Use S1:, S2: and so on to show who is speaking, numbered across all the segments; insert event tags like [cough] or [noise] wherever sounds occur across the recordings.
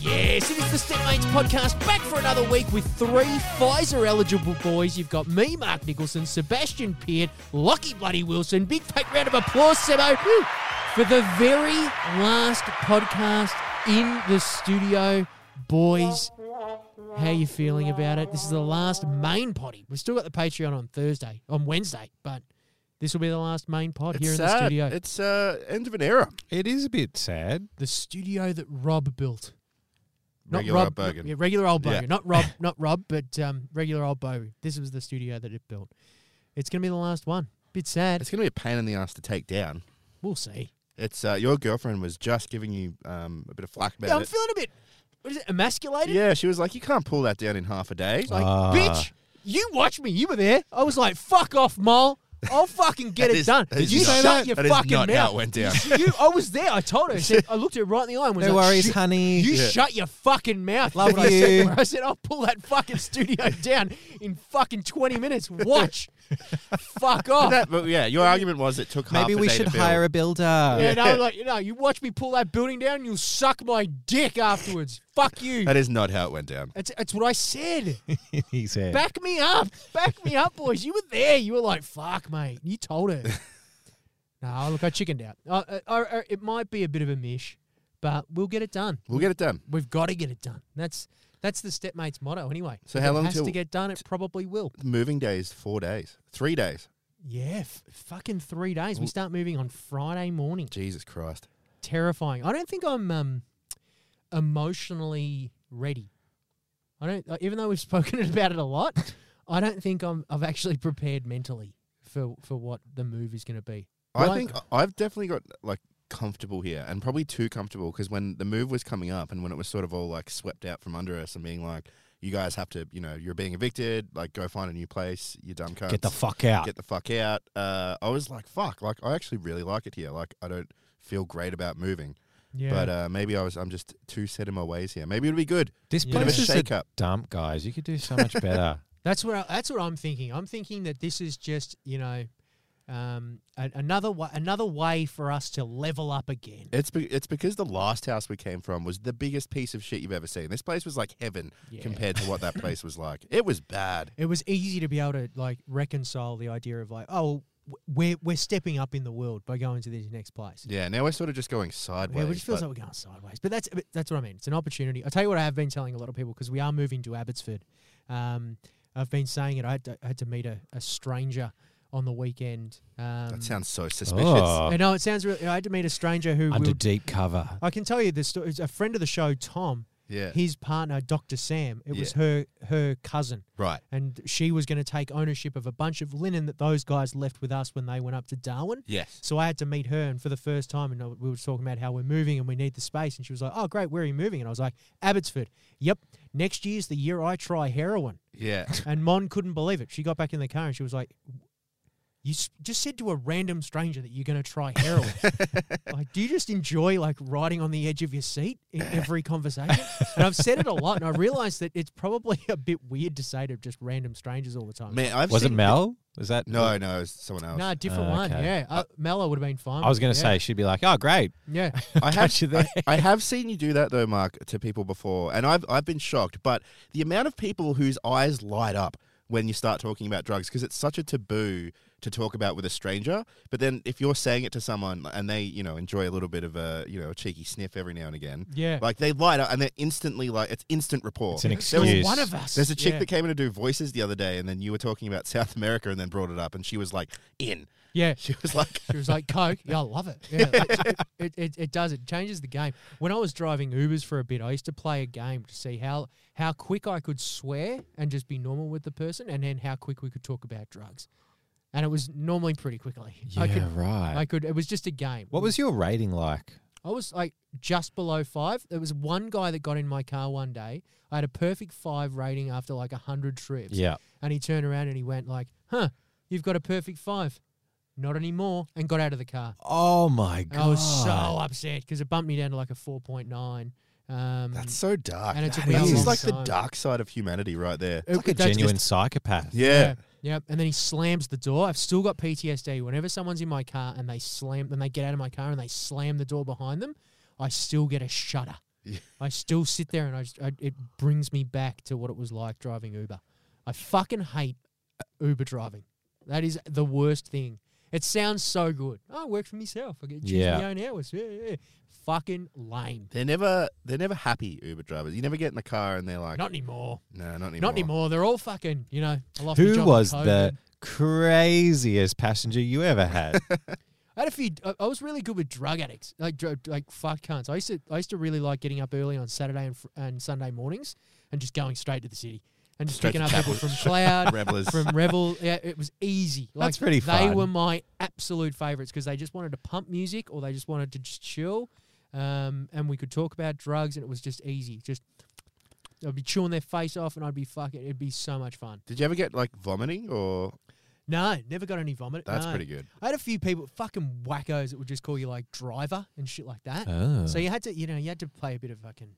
S1: Yes, it is the Stepmates podcast back for another week with three Pfizer eligible boys. You've got me, Mark Nicholson, Sebastian Peart, Lockie Bloody Wilson. Big fat round of applause, Sebo, Woo! for the very last podcast in the studio. Boys, how you feeling about it? This is the last main potty. We've still got the Patreon on Thursday, on Wednesday, but this will be the last main pod here in the studio.
S2: It's uh, end of an era.
S3: It is a bit sad.
S1: the studio that Rob built.
S2: Regular
S1: Rob,
S2: old Bogan.
S1: Yeah, regular old Bogan.
S2: Yeah.
S1: Not
S2: [laughs]
S1: Rob, not Rob, but um, regular old Bogan. This was the studio that it built. It's gonna be the last one. Bit sad.
S2: It's going to be a pain in the ass to take down.
S1: We'll see.
S2: It's uh, your girlfriend was just giving you um, a bit of flack about
S1: Yeah, I'm
S2: it.
S1: feeling a bit. What is it? Emasculated.
S2: yeah, she was like, "You can't pull that down in half a day."
S1: Like,
S3: Ah.
S1: bitch, you watched me. You were there. I was like, fuck off, mole. I'll fucking get it
S2: That is-
S1: done.
S2: that is
S1: you
S2: not-
S1: shut
S2: that-
S1: your
S2: that is
S1: fucking
S2: not
S1: mouth.
S2: how it went down.
S1: You, I was there. I told her. I, said, I looked her right in the eye and was
S3: No
S1: like,
S3: worries,
S1: "Shut-
S3: honey."
S1: You
S2: Yeah.
S1: shut your fucking mouth.
S3: Love
S1: That's what I said
S3: you.
S1: to her. I said, I'll pull that fucking studio [laughs] down in fucking 20 minutes. Watch. Fuck
S2: But
S1: off.
S2: [laughs] that- but yeah, your argument was it took half
S3: Maybe
S2: a
S3: we
S2: day
S3: should
S2: to build.
S3: hire a builder.
S1: yeah, no, like, you know, you watch me pull that building down, you'll suck my dick afterwards. Fuck you.
S2: That is not how it went down.
S1: That's, that's what I said.
S3: [laughs] he said.
S1: Back me up. Back me up, boys. You were there. You were like, fuck, mate. You told
S2: [laughs]
S1: her. no, look, I chickened out. I, I, I, it might be a bit of a mish, but we'll get it done.
S2: We'll get it done.
S1: We've got to get it done. That's that's the stepmate's motto anyway.
S2: So
S1: If
S2: how
S1: it
S2: long
S1: has
S2: till-
S1: to get done? It probably will.
S2: Moving days, four days, three days.
S1: Yeah, f- fucking three days. We start moving on Friday morning.
S2: Jesus Christ.
S1: Terrifying. I don't think I'm um, emotionally ready. I don't. uh, Even though we've [laughs] spoken about it a lot, I don't think I'm. I've actually prepared mentally for for what the move is going to be.
S2: I
S1: Right.
S2: think I've definitely got like comfortable here, and probably too comfortable because when the move was coming up, and when it was sort of all like swept out from under us, and being like, "You guys have to, you know, you're being evicted. Like, go find a new place. You dumb cunts.
S3: Get the fuck out.
S2: Get the fuck out." Uh, I was like, "Fuck!" Like, I actually really like it here. Like, I don't feel great about moving,
S1: Yeah.
S2: but uh, maybe I was. I'm just too set in my ways here. Maybe it'll be good.
S3: this
S1: Yeah.
S2: Bit of a
S3: place is a
S2: shake up.
S3: dump, guys. You could do so much better.
S1: That's what I, that's what I'm thinking. I'm thinking that this is just you know um, a, another wa- another way for us to level up again.
S2: It's be- it's because the last house we came from was the biggest piece of shit you've ever seen. This place was like heaven
S1: Yeah.
S2: compared to what that place was like. It was bad.
S1: It was easy to be able to like reconcile the idea of like oh w- we're we're stepping up in the world by going to this next place.
S2: Yeah, now we're sort of just going sideways.
S1: Yeah, it just feels
S2: but
S1: like we're going sideways. But that's but that's what I mean. It's an opportunity. I tell you what, I have been telling a lot of people because we are moving to Abbotsford. Um, I've been saying it. I had to, I had to meet a, a stranger on the weekend. Um,
S2: that sounds so suspicious.
S3: oh,
S1: I know it sounds really. I had to meet a stranger who
S3: under
S1: will
S3: deep cover.
S1: I can tell you this story. A friend of the show, Tom,
S2: Yeah,
S1: his partner, Dr. Sam, it was her her cousin,
S2: right.
S1: and she was going to take ownership of a bunch of linen that those guys left with us when they went up to Darwin.
S2: Yes.
S1: So I had to meet her, and for the first time, and I- we were talking about how we're moving and we need the space, and she was like, "Oh, great, where are you moving?" And I was like, "Abbotsford." Yep. Next year's the year I try heroin,
S3: [laughs]
S2: Yeah.
S1: and Mon couldn't believe it. She got back in the car and she was like. You s- just said to a random stranger that you're going to try
S2: [laughs]
S1: heroin. Like, do you just enjoy like riding on the edge of your seat in
S2: [laughs]
S1: every conversation? and I've said it a lot, and I realize that it's probably a bit weird to say to just random strangers all the time.
S2: Man, I've
S3: Was it
S2: seen
S3: Mel? Was that?
S2: No, no, it was someone else.
S1: Nah, different
S3: Ah,
S1: one.
S3: okay.
S1: Yeah, uh, Mello would have been fine.
S3: I was going
S1: yeah.
S3: to say she'd be like, "Oh, great,
S2: [laughs]
S1: yeah.
S2: I have
S3: got you there."
S2: I have seen you do that though, Mark, to people before, and I've I've been shocked. But the amount of people whose eyes light up when you start talking about drugs because it's such a taboo to talk about with a stranger. But then if you're saying it to someone and they you know enjoy a little bit of a you know a cheeky sniff every now and again,
S1: Yeah.
S2: like they light up and they're instantly like it's instant rapport.
S3: It's an
S1: There
S3: excuse.
S1: was one of us.
S2: There's a chick
S1: yeah.
S2: that came in to do voices the other day, and then you were talking about [laughs] South America, and then brought it up, and she was like, "In." [laughs]
S1: Yeah.
S2: She was like,
S1: She was like, Coke. Yeah, I love it. Yeah, it, it, it, it does. It changes the game. When I was driving Ubers for a bit, I used to play a game to see how, how quick I could swear and just be normal with the person, and then how quick we could talk about drugs. And it was normally pretty quickly. I
S3: yeah,
S1: could,
S3: right.
S1: I could. It was just a game.
S3: what was your rating like?
S1: I was like just below five. There was one guy that got in my car one day. I had a perfect five rating after like a hundred trips.
S3: Yeah.
S1: And he turned around and he went like, "Huh, you've got a perfect five. Not anymore." And got out of the car.
S3: Oh my god.
S1: And I was so upset because it bumped me down to like a 4.9. Um,
S2: "That's so dark."
S1: And it took
S3: me a
S2: this is
S3: long
S2: like the
S1: time.
S2: dark side of humanity, right there.
S1: it-
S3: It's like a
S1: that's
S3: genuine
S1: just-
S3: psychopath.
S2: Yeah.
S1: yeah. yeah. And then he slams the door. I've still got PTSD. Whenever someone's in my car and they slam, and they get out of my car and they slam the door behind them, I still get a shudder.
S2: Yeah.
S1: I still sit there and I, just, I it brings me back to what it was like driving Uber. I fucking hate uh, Uber driving. That is the worst thing. It sounds so good. Oh, I work for myself. I get choose
S3: Yeah.
S1: my own hours. Yeah, yeah. Fucking lame.
S2: They're never they're never happy Uber drivers. You never get in the car and they're like,
S1: Not anymore.
S2: no, not anymore.
S1: Not anymore. They're all fucking. You know, I lost my
S3: Who
S1: job
S3: was
S1: with
S3: the
S1: COVID.
S3: craziest passenger you ever had?
S1: I had a few. I- I was really good with drug addicts, like dr- like fuck cunts. I used to I used to really like getting up early on Saturday and, fr- and Sunday mornings and just going straight to the city and just
S2: Straight
S1: picking
S2: to
S1: up people
S2: Chapel-
S1: from
S2: [laughs]
S1: Cloud,
S2: Revelers.
S1: from Revel. Yeah, it was easy. Like,
S3: That's pretty
S1: They
S3: fun.
S1: were my absolute favorites because they just wanted to pump music or they just wanted to just chill, um, and we could talk about drugs and it was just easy. Just I'd be chewing their face off and I'd be fucking. It'd be so much fun.
S2: Did you ever get like vomiting or
S1: No, never got any vomit.
S2: that's
S1: no.
S2: pretty good.
S1: I had a few people, fucking wackos, that would just call you like driver and shit like that.
S3: oh.
S1: So you had to, you know, you had to play a bit of fucking.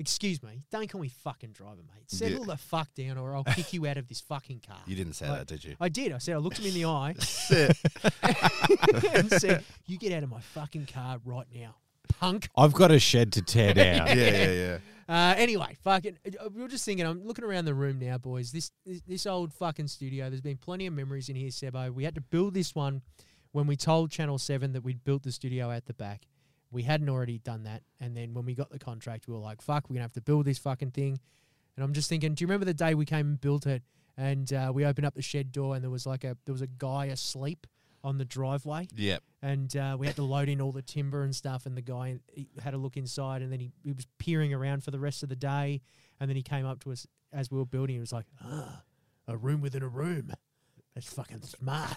S1: Excuse me, don't call me fucking driver, mate. Settle the fuck down, or I'll kick you out of this fucking car.
S2: You didn't say
S1: Like-
S2: that,
S1: [laughs]
S2: did you?
S1: I did. I said I looked him in the
S2: [laughs]
S1: eye [laughs] and said, "You get out of my fucking car right now, punk."
S3: I've got a shed to tear
S2: [laughs]
S3: down.
S2: yeah, yeah, yeah.
S1: Uh, anyway, fucking, uh, we were just thinking. I'm looking around the room now, boys. This, this this old fucking studio. There's been plenty of memories in here, Sebo. We had to build this one when we told Channel Seven that we'd built the studio out the back. We hadn't already done that, and then when we got the contract, we were like, "Fuck, we're gonna have to build this fucking thing." And I'm just thinking, do you remember the day we came and built it, and uh, we opened up the shed door, and there was like a there was a guy asleep on the driveway,
S2: Yep.
S1: and uh, we had to load in all the timber and stuff. And the guy he had a look inside, and then he, he was peering around for the rest of the day. And then he came up to us as we were building. He was like, "Ah, a room within a room. That's fucking
S2: [laughs]
S1: smart."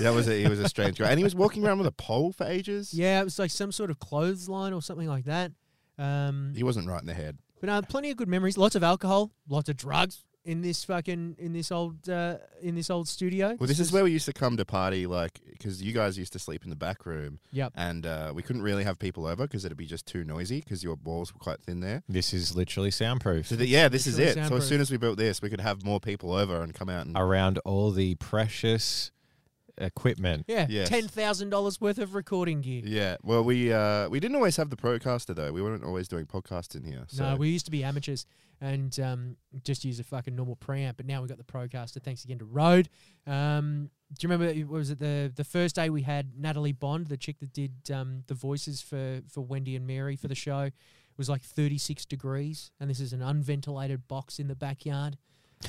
S2: That was a, he was a strange guy, and he was walking around with a pole for ages.
S1: yeah, it was like some sort of clothesline or something like that. Um,
S2: He wasn't right in the head.
S1: but uh, plenty of good memories. Lots of alcohol, lots of drugs in this fucking in this old uh, in this old studio.
S2: Well, this is where we used to come to party, like because you guys used to sleep in the back room,
S1: Yep.
S2: and uh, we couldn't really have people over because it'd be just too noisy because your walls were quite thin there.
S3: This is literally soundproof
S2: So that yeah, this is
S1: Literally
S2: it. So as
S1: soundproof.
S2: soon as we built this, we could have more people over and come out and
S3: around all the precious equipment.
S1: Yeah,
S2: Yes.
S1: ten thousand dollars worth of recording gear.
S2: [laughs] Yeah, well, we uh, we didn't always have the procaster though. We weren't always doing podcasts in here. So
S1: No, we [laughs] used to be amateurs and um, just use a fucking normal preamp, but now we got the Procaster. Thanks again to Rode. Um, do you remember? it- Was it the the first day we had Natalie Bond, the chick that did um, the voices for for Wendy and Mary for the show? It was like 36 degrees, and this is an unventilated box in the backyard.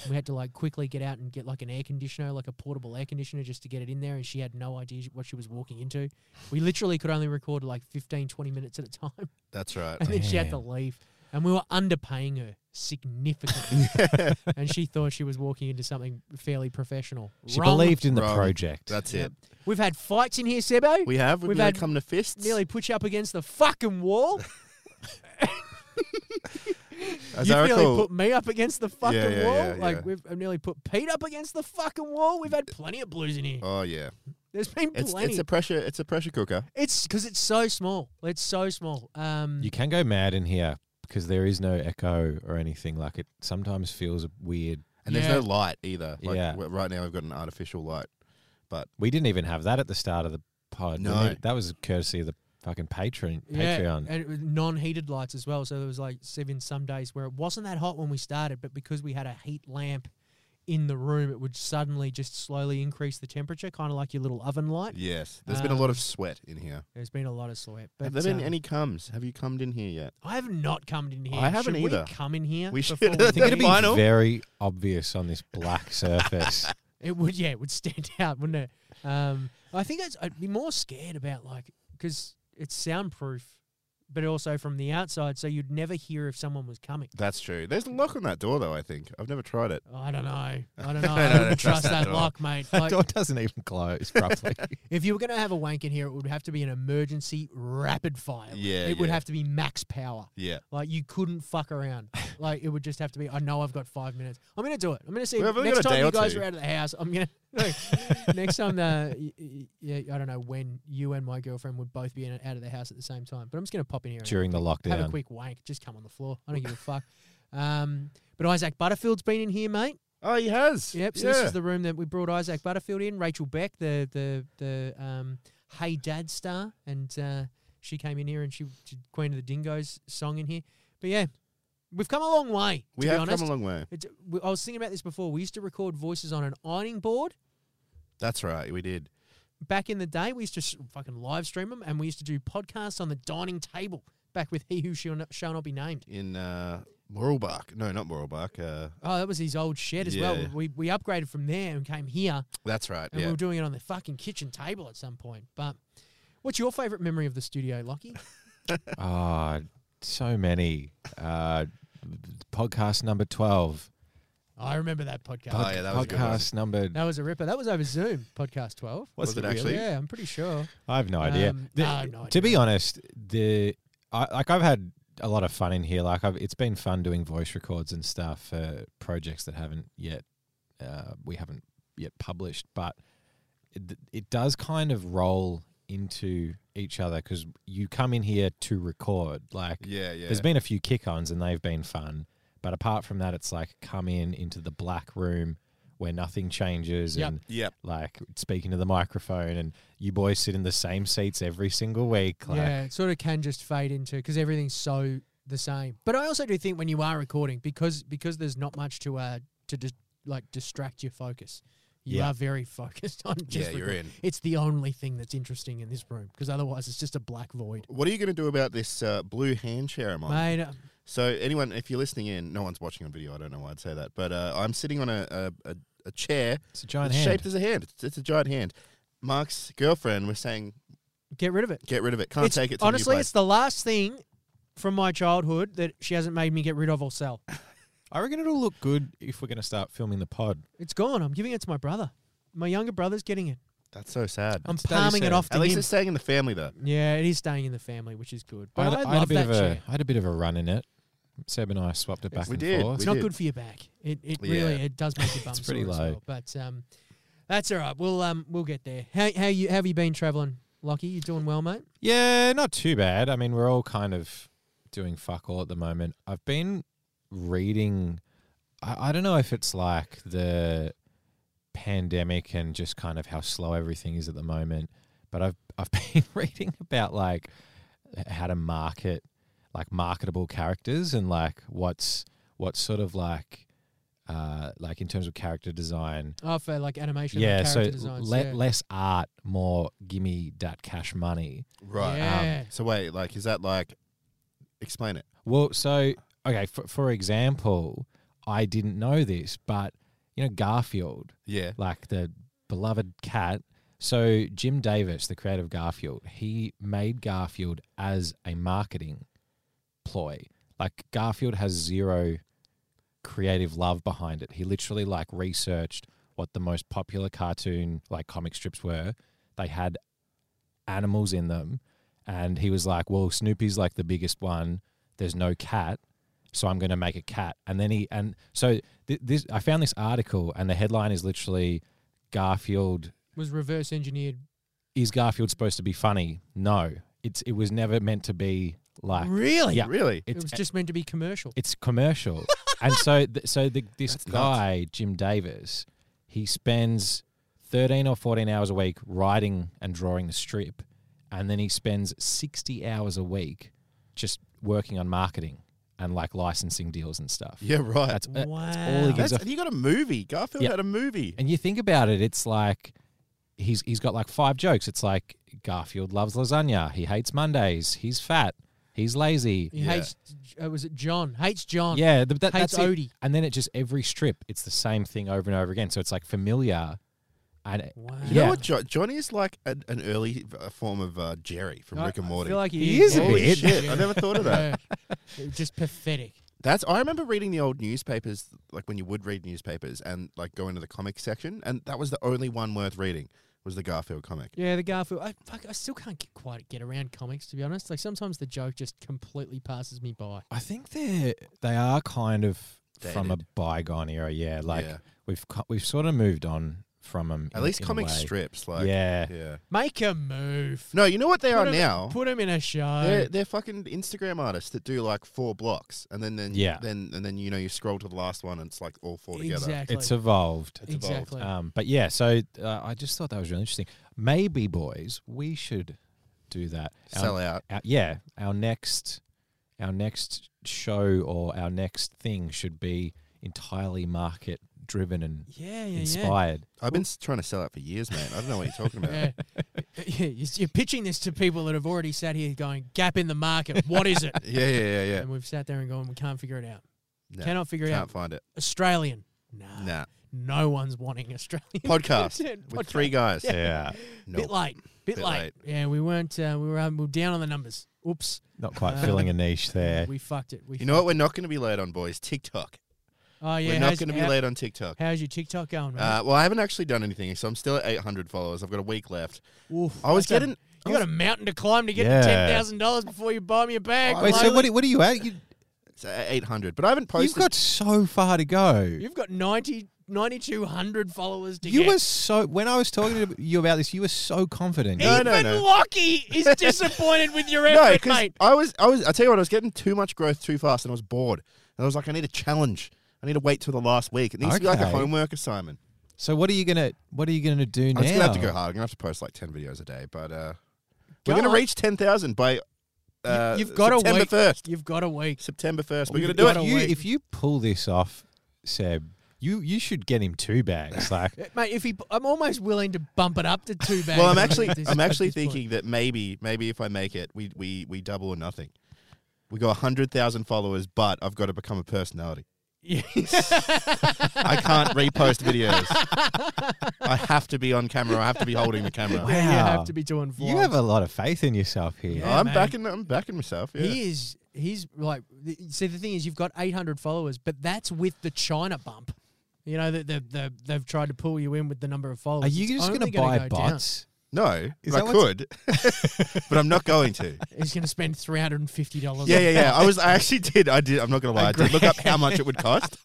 S1: And We had to like quickly get out and get like an air conditioner, like a portable air conditioner, just to get it in there. And she had no idea what she was walking into. We literally could only record like 15, 20 minutes at a time
S2: that's right.
S1: [laughs] and then she had to leave. And we were underpaying her
S2: [laughs]
S1: significantly. and she thought she was walking into something fairly professional.
S3: She
S1: Wrong.
S3: believed in the
S2: Wrong.
S3: project.
S2: That's
S1: Yep.
S2: it.
S1: We've had fights in here, Sebo.
S2: We have. We've,
S1: We've
S2: nearly
S1: had
S2: come to fists.
S1: nearly put you up against the fucking wall.
S2: As
S1: You've
S2: I
S1: nearly
S2: recall,
S1: put me up against the fucking
S2: yeah,
S1: wall.
S2: yeah, yeah.
S1: Like we've I've nearly put Pete up against the fucking wall. We've had plenty of blues in here.
S2: oh yeah,
S1: There's been
S2: it's
S1: plenty.
S2: it's a pressure it's a pressure cooker.
S1: It's because it's so small. It's so small. Um,
S3: You can go mad in here because there is no echo or anything. Like it sometimes feels weird.
S2: And there's
S1: Yeah.
S2: no light either. Like
S3: Yeah.
S2: w- right now we've got an artificial light.
S3: We didn't even have that at the start of the pod. We
S2: No.
S3: need- that was courtesy of the fucking patron
S1: Yeah,
S3: Patreon.
S1: and it was non-heated lights as well. So there was like seven some days where it wasn't that hot when we started, but because we had a heat lamp in the room, it would suddenly just slowly increase the temperature, kind of like your little oven light.
S2: Yes, there's been a lot
S1: Um,
S2: of sweat in here.
S1: There's been a lot of sweat, but
S2: have there been
S1: um,
S2: any comes? Have you come in here yet?
S1: I have not come in here.
S2: I haven't
S1: Should
S2: either.
S1: We come in here.
S2: We
S1: before
S2: [laughs] should.
S1: we
S2: I
S3: I think
S1: leave?
S3: it'd be
S2: Final.
S3: very obvious on this black [laughs] surface.
S1: It would, yeah, it would stand [laughs] out, wouldn't it? Um, I think it's, I'd be more scared about like because it's soundproof, but also from the outside, so you'd never hear if someone was coming.
S2: That's true. There's a lock on that door though. I think I've never tried it.
S1: Oh, I don't know. I
S2: [laughs]
S1: don't know.
S2: I
S1: I
S2: don't
S1: wouldn't trust
S2: trust that
S1: that
S2: at all.
S1: lock, mate.
S3: that
S1: Like,
S3: door doesn't even
S2: [laughs]
S3: close properly.
S1: if you were going to have a wank in here, it would have to be an emergency rapid fire.
S2: Yeah,
S1: It would
S2: yeah.
S1: have to be max power.
S2: Yeah,
S1: Like, you couldn't fuck
S2: [laughs]
S1: around. like, it would just have to be, I know I've got five minutes. I'm going to do it. I'm going to see.
S2: We've only
S1: Next
S2: got a
S1: time
S2: day
S1: you
S2: or
S1: guys
S2: two.
S1: are out of the house, I'm
S2: [laughs]
S1: going to. [laughs] next time, the, y- y- yeah, I don't know when you and my girlfriend would both be in, out of the house at the same time, but I'm just going to pop in here and
S3: during the
S1: have a
S3: lockdown.
S1: quick wank. Just come on the floor. I don't
S2: [laughs]
S1: give a fuck. Um, but Isaac Butterfield's been in here, mate.
S2: Oh, he has.
S1: Yep. So
S2: yeah.
S1: this is the room that we brought Isaac Butterfield in, Rachel Beck, the the the um, Hey Dad star, and uh, she came in here and she did Queen of the Dingoes song in here. But yeah, we've come a long way.
S2: We
S1: to
S2: have
S1: be honest.
S2: come a long way.
S1: It's, we- I was thinking about this before. We used to record voices on an ironing board
S2: That's right, we did.
S1: back in the day. We used to s- fucking live stream them, and we used to do podcasts on the dining table. Back with he who shall not, shall not be named.
S2: In uh, Moralbark. No, not Moralbark. Uh,
S1: Oh, that was his old shed as well.
S2: Yeah.
S1: We we upgraded from there and came here,
S2: that's right,
S1: and
S2: yeah.
S1: we were doing it on the fucking kitchen table at some point. But what's your favourite memory of the studio, Lockie?
S3: Ah, so many. Uh, podcast number 12.
S1: I remember that podcast.
S2: Oh, yeah, that was a good one.
S3: podcast number.
S1: That was a ripper. That was over Zoom, podcast 12.
S2: Was it actually?
S1: Yeah, I'm pretty sure.
S3: I have no idea.
S1: Um,
S3: The-
S1: no, I have no
S3: To
S1: idea.
S3: be honest, the I, like I've had a lot of fun in here. Like I've, it's been fun doing voice records and stuff for projects that haven't yet uh, we haven't yet published, but it, it does kind of roll into each other because you come in here to record. Like
S2: yeah, yeah.
S3: there's been a few kick ons and they've been fun, but apart from that, it's like come in into the black room where nothing changes
S1: Yep.
S3: and
S2: Yep.
S3: like speaking to the microphone and you boys sit in the same seats every single week like
S1: Yeah, it sort of can just fade into because everything's so the same. But I also do think when you are recording, because because there's not much to uh to dis- like distract your focus, you
S3: Yeah.
S1: are very [laughs] focused on just.
S2: Yeah, you're
S1: recording.
S2: in.
S1: It's the only thing that's interesting in this room because otherwise it's just a black void.
S2: What are you going to do about this uh, blue hand chair I'm on?
S1: Mate, uh,
S2: So, anyone, if you're listening in, no one's watching on video. I don't know why I'd say that, but uh, I'm sitting on a a, a, a chair
S3: it's a giant
S2: that's
S3: hand
S2: shaped as a hand. It's, it's a giant hand. Mark's girlfriend was saying,
S1: get rid of it.
S2: "Get rid of it. Can't
S1: It's-
S2: take it." To
S1: honestly,
S2: the new
S1: it's the last thing from my childhood that she hasn't made me get rid of or sell.
S3: i reckon it'll look good if we're going to start filming the pod
S1: It's gone. I'm giving it to my brother. My younger brother's getting it.
S2: That's so sad.
S1: I'm
S3: That's daddy
S1: palming it
S3: said.
S1: off to
S2: At least
S1: him.
S2: it's staying in the family though.
S1: Yeah, it is staying in the family, which is good. But I,
S3: had,
S1: love
S3: I had a bit
S1: that
S3: of a
S1: chair.
S3: I had a bit of a run in it seb and i swapped it back
S2: We
S3: and
S2: did.
S3: forth
S1: It's
S2: We
S1: not
S2: did.
S1: good for your back. It it
S2: Yeah.
S1: really it does
S2: [laughs]
S1: make your bum
S3: pretty
S1: sore as
S3: low.
S1: well. But um, that's all right. We'll um we'll get there. How how you how have you been traveling, Lockie? You doing well, mate?
S3: yeah not too bad i mean we're all kind of doing fuck all at the moment i've been reading i, I don't know if it's like the pandemic and just kind of how slow everything is at the moment but i've [laughs] i've been reading about like how to market like marketable characters and like what's what's sort of like uh like in terms of character design
S1: Oh, for like animation, and
S3: yeah so
S1: character designs.
S3: le-
S1: yeah.
S3: less art more gimme that cash money
S2: Right. um,
S1: Yeah.
S2: So wait, like, is that like? Explain it.
S3: well so okay for, for example i didn't know this but you know garfield
S2: Yeah.
S3: like the beloved cat. So Jim Davis, the creator of Garfield, he made Garfield as a marketing ploy. Like Garfield has zero creative love behind it. He literally like researched what the most popular cartoon like comic strips were. They had animals in them and he was like, "Well, Snoopy's like the biggest one. There's no cat." So I'm going to make a cat, and then he and so th- this I found this article, and the headline is literally Garfield
S1: was reverse engineered.
S3: is Garfield supposed to be funny? No, it's it was never meant to be like
S1: Really?
S3: Yeah.
S2: Really?
S1: It
S3: it's
S1: was just meant to be commercial.
S3: it's
S1: [laughs]
S3: commercial, and so th- so the, this
S2: That's nuts.
S3: guy Jim Davis, he spends thirteen or fourteen hours a week writing and drawing the strip, and then he spends sixty hours a week just working on marketing and like licensing deals and stuff.
S2: Yeah. Right.
S3: That's, uh,
S1: wow.
S3: all he gives
S2: That's- and you got a movie. Garfield
S3: Yeah.
S2: had a movie.
S3: And you think about it, it's like he's he's got like five jokes. It's like Garfield loves lasagna. He hates Mondays. He's fat. He's lazy.
S1: he
S2: Yeah.
S1: hates. Uh, was it John? Hates John.
S3: Yeah, th- that,
S1: Hates
S3: that's it.
S1: Odie.
S3: And then it just every strip, it's the same thing over and over again. So it's like familiar, and
S1: Wow.
S2: You
S3: Yeah.
S2: know what? [laughs] Jo- Johnny is like an, an early uh, form of uh, Jerry from
S1: I-
S2: Rick and
S1: I
S2: Morty.
S1: feel like
S3: He
S1: he
S3: is a
S1: yeah.
S3: Holy bit.
S2: shit, I never thought of
S1: [laughs]
S2: that.
S1: Yeah. Just pathetic.
S2: That's I remember reading the old newspapers, like when you would read newspapers and like go into the comic section, and that was the only one worth reading was the Garfield comic.
S1: Yeah, the Garfield. I fuck, I still can't get quite get around comics to be honest. Like sometimes the joke just completely passes me by.
S3: I think they they are kind of from a
S2: Dated.
S3: bygone era. Yeah, like
S2: Yeah.
S3: we've co- we've sort of moved on from them.
S2: At least comic
S3: way.
S2: strips, like
S3: yeah.
S2: yeah.
S1: Make a move.
S2: No, you know what they
S1: Put
S2: are
S1: 'em-
S2: now.
S1: Put him in a show.
S2: They're, they're fucking Instagram artists that do like four blocks, and then then
S3: Yeah.
S2: then and then you know you scroll to the last one, and it's like all four together.
S1: Exactly.
S3: It's evolved.
S2: It's evolved.
S1: exactly.
S3: uh, Um, but yeah, so uh, I just thought that was really interesting. Maybe, boys, we should do that. Our-
S2: Sell out.
S3: our- yeah, our next our next show or our next thing should be entirely market driven and
S1: Yeah, yeah, [laughs]
S3: inspired.
S2: I've been s- trying to sell out for years, man. I don't know what you're talking about.
S1: yeah. yeah. [laughs] yeah. You're you're pitching this to people that have already sat here going, gap in the market. What is it?
S2: Yeah, yeah,
S1: [laughs]
S2: yeah, [laughs] yeah.
S1: And we've sat there and gone, we can't figure it out.
S2: No,
S1: Cannot figure it
S2: can't
S1: out.
S2: find it.
S1: Australian. Nah. [sighs]
S2: Nah.
S1: No one's wanting Australian. [laughs]
S2: Podcast
S1: content.
S2: with
S1: Podcast. [laughs]
S2: three guys.
S3: Yeah.
S2: Nope.
S1: Bit late. Bit,
S2: Bit
S1: late.
S2: late.
S1: Yeah, we weren't. Uh, we were. Um, we were down on the numbers. Oops.
S3: Not quite
S1: Uh,
S3: filling a niche there.
S1: We fucked it. We
S2: You know what? We're not going to be late on, boys. TikTok.
S1: Oh yeah.
S2: We're not
S1: how's-
S2: going to be
S1: how-
S2: late on TikTok.
S1: How's your TikTok going, man?
S2: Uh, well, I haven't actually done anything, so I'm still at 800 followers. I've got a week left.
S1: Oof,
S2: I was
S1: that's
S2: getting.
S1: A, you got a mountain to climb to get
S3: Yeah.
S1: to ten thousand dollars before you buy me a bag.
S2: Wait,
S3: Wait,
S1: Bloody-
S3: so what, what are you at? You,
S2: It's at 800, but I haven't
S3: you've
S2: posted.
S3: got so far to go.
S1: You've got 90, 9,200 followers to
S3: You
S1: get.
S3: were so when I was talking to you about this, you were so confident.
S2: No,
S1: Even
S2: no, no.
S1: Lockie
S2: [laughs]
S1: is disappointed with your
S2: no,
S1: effort,
S2: because
S1: mate.
S2: I was, I was. I tell you what, I was getting too much growth too fast, and I was bored. And I was like, I need a challenge. I need to wait till the last week. It needs to be like a
S3: Okay.
S2: homework assignment.
S3: So what are you gonna what are you gonna do now?
S2: I'm just gonna have to go hard. I'm gonna have to post like 10 videos a day, but uh,
S1: Go
S2: we're gonna
S1: on.
S2: reach 10,000 by uh,
S1: You've got a
S2: September
S1: week.
S2: 1st.
S1: You've got a week.
S2: September 1st. We're gonna
S1: You've
S2: do
S1: got
S2: it.
S1: a-
S3: You,
S1: wait.
S3: if you pull this off, Seb, you you should get him two bags. Like
S1: Uh, Mate, if he, I'm almost willing to bump it up to two bags.
S2: Well,
S1: [laughs]
S2: I'm actually,
S1: at this-
S2: I'm
S1: at
S2: actually
S1: this point.
S2: thinking that maybe, maybe if I make it, we we we double or nothing. We go 100,000 followers, but I've got to become a personality.
S1: [laughs]
S2: I can't repost videos. I have to be on camera. I have to be holding the camera.
S1: Yeah, you
S3: Wow.
S1: have to be doing vlogs.
S3: you have a lot of faith in yourself here.
S1: Yeah,
S2: I'm
S1: man.
S2: backing. I'm backing myself. Yeah.
S1: He is. He's like. th- See, the thing is, you've got 800 followers, but that's with the China bump. You know that the, the, they've tried to pull you in with the number of followers.
S3: Are you
S1: It's
S3: just
S1: only
S3: gonna
S1: gonna
S3: buy
S1: go down.
S3: bots?
S2: no,
S3: Is
S2: I
S3: that what's-
S2: could, but I'm not going to.
S1: He's going to spend 350 dollars.
S2: Yeah, yeah, yeah. I was. I actually did. I did. I'm not gonna lie. I did look up how much it would cost,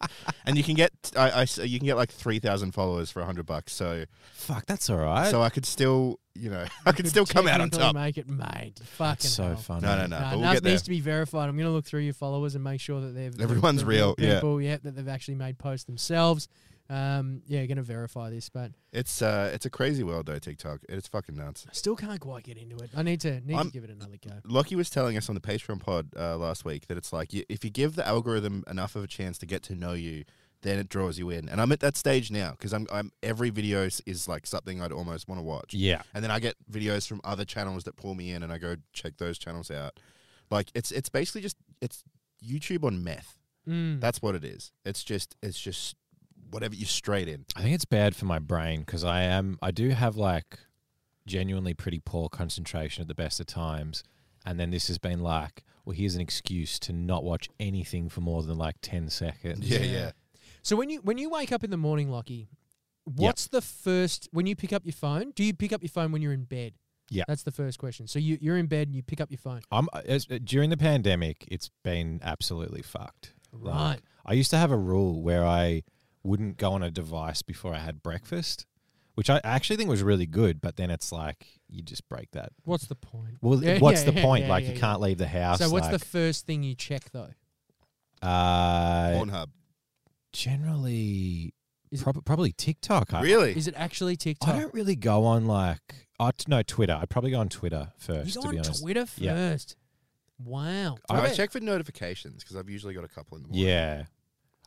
S2: and you can get. I, I s- you can get like three thousand followers for hundred bucks. So
S3: Fuck, that's all right.
S2: so I could still, you know, [laughs] I could still come out on top.
S1: Make it, mate. Fucking
S3: that's so
S1: hell.
S3: funny.
S2: No, no, no.
S1: Nah,
S2: but
S1: Naz
S2: we'll get there.
S1: needs to be verified. I'm going to look through your followers and make sure that they're they're-
S2: Everyone's
S1: they're
S2: real, yeah.
S1: people. Yeah, that they've actually made posts themselves. Um, yeah, going to verify this, but
S2: It's uh, it's a crazy world though. TikTok. It's fucking nuts.
S1: I still can't quite get into it. I need to need
S2: I'm-
S1: to give it another go.
S2: Lockie was telling us on the Patreon pod uh, last week that it's like you, if you give the algorithm enough of a chance to get to know you, then it draws you in. And I'm at that stage now because I'm, I'm every video is- is like something I'd almost want to watch.
S3: Yeah,
S2: And then I get videos from other channels that pull me in, and I go check those channels out. Like it's it's basically just it's YouTube on meth.
S3: Hmm.
S1: Mm.
S2: That's what it is. It's just it's just whatever you straight in.
S3: I think it's bad for my brain because I am I do have like genuinely pretty poor concentration at the best of times, and then this has been like, well, here's an excuse to not watch anything for more than like ten seconds.
S2: Yeah,
S1: Yeah.
S2: yeah.
S1: So when you when you wake up in the morning, Lockie, what's the first when you pick up your phone? Do you pick up your phone when you're in bed?
S3: Yeah.
S1: that's the first question. So you you're in bed and you pick up your phone,
S3: I'm uh, as, during the pandemic, it's been absolutely fucked. Like,
S1: right?
S3: I used to have a rule where I wouldn't go on a device before I had breakfast, which I actually think was really good. But then it's like you just break that.
S1: What's the point?
S3: Well,
S1: Yeah,
S3: what's
S1: yeah,
S3: the
S1: yeah,
S3: point?
S1: yeah,
S3: like
S1: yeah,
S3: you
S1: yeah.
S3: can't leave the house.
S1: So what's the
S3: like,
S1: first thing you check though?
S3: uh,
S2: Pornhub.
S3: generally
S1: Is it-
S3: prob- probably TikTok. I,
S2: Really?
S1: Is it actually TikTok?
S3: I don't really go on like I t- no Twitter. I probably go on Twitter
S1: you
S3: first.
S1: go
S3: to
S1: on
S3: be honest.
S1: Twitter
S3: Yeah.
S1: first. Wow.
S2: I,
S3: I-
S2: check for notifications because I've usually got a couple in the morning.
S3: Yeah,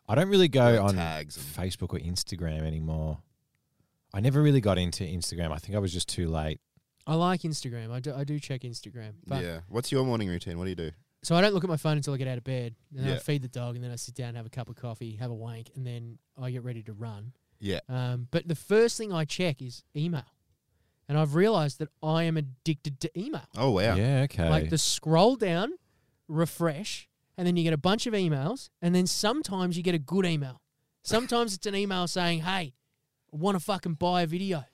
S3: I don't really
S2: Like
S3: go on
S2: tags and-
S3: Facebook or Instagram anymore. I never really got into Instagram. I think I was just too late.
S1: I like Instagram. I do, I do check Instagram. But
S2: yeah. What's your morning routine? What do you do?
S1: So I don't look at my phone until I get out of bed. And then I
S2: Yeah.
S1: feed the dog and then I sit down, have a cup of coffee, have a wank, and then I get ready to run.
S2: Yeah.
S1: Um, but the first thing I check is email. And I've realized that I am addicted to email.
S2: Oh wow.
S3: okay.
S1: Like the scroll down, refresh, and then you get a bunch of emails. And then sometimes you get a good email. Sometimes it's an email saying, hey, want to fucking buy a video.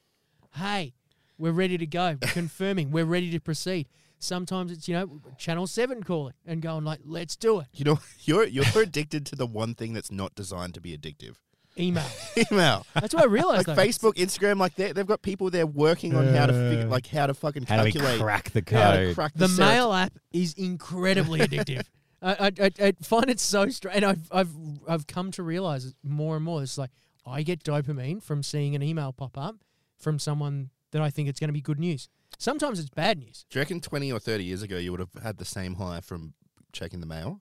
S1: Hey, we're ready to go. Confirming, we're ready to proceed. Sometimes it's, you know, Channel 7 calling and going like, let's do it.
S2: You know, [laughs] you're you're addicted to the one thing that's not designed to be addictive. [laughs]
S1: Email.
S2: Email,
S1: That's what I
S2: [laughs] like
S1: realized. though.
S2: Facebook, Instagram, like they they've got people there working on how to figure, like how to fucking
S3: how do we
S2: calculate
S3: crack the
S2: how to
S3: code?
S2: crack
S1: the
S2: the, serot-
S1: mail app is
S3: [laughs]
S1: incredibly addictive. I, I, I, I find it so strange. I've, I've, I've come to realize more and more. It's like I get dopamine from seeing an email pop up from someone that I think it's going to be good news. Sometimes it's bad news.
S2: Do you reckon 20 or 30 years ago you would have had the same high from checking the mail?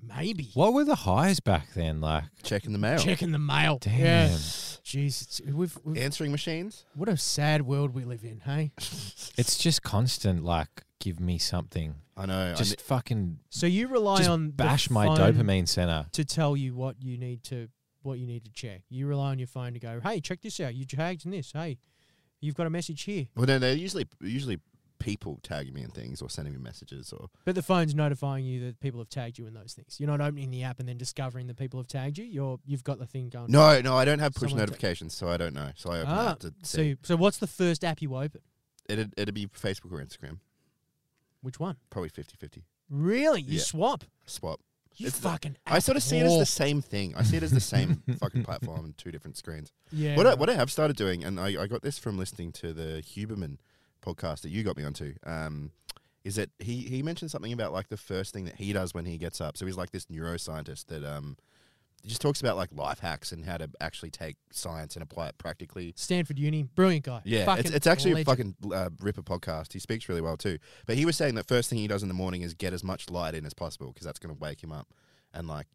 S1: Maybe.
S3: What were the highs back then? Like,
S2: Checking the mail.
S1: Checking the mail.
S3: damn.
S1: Yeah. Jeez, it's, we've, we've,
S2: Answering machines?
S1: what a sad world we live in, hey?
S3: It's just constant, like, give me something.
S2: I know. I
S3: Just fucking
S1: So you rely
S3: just
S1: on the
S3: bash my
S1: phone
S3: dopamine center.
S1: to tell you what you need to what you need to check. You rely on your phone to go, hey, check this out. You tagged in this. Hey, you've got a message here.
S2: Well, no, they're usually usually people tagging me in things or sending me messages or
S1: But the phone's notifying you that people have tagged you in those things. You're not opening the app and then discovering that people have tagged you. You're you've got the thing going.
S2: no, no, I don't have push
S1: Someone ta-
S2: notifications, so I don't know. So I open
S1: Ah,
S2: that to
S1: so
S2: see.
S1: you- so what's the first app you open?
S2: It'd, it'd be Facebook or Instagram,
S1: Which one?
S2: probably 50-50.
S1: Really? You
S2: Yeah.
S1: swap?
S2: Swap.
S1: You
S2: It's the-
S1: fucking.
S2: I sort of see it as
S1: asshole.
S2: the same thing. I see it as the same fucking platform and two different screens.
S1: yeah.
S2: What I,
S1: right.
S2: what I have started doing, and I, I got this from listening to the Huberman podcast that you got me onto, um, is that he, he mentioned something about like the first thing that he does when he gets up. So he's like this neuroscientist that um, just talks about like life hacks and how to actually take science and apply it practically.
S1: Stanford Uni, brilliant guy.
S2: Yeah,
S1: Fucking
S2: it's, it's actually
S1: legend.
S2: a fucking uh, ripper podcast. He speaks really well too. But he was saying that first thing he does in the morning is get as much light in as possible because that's going to wake him up and like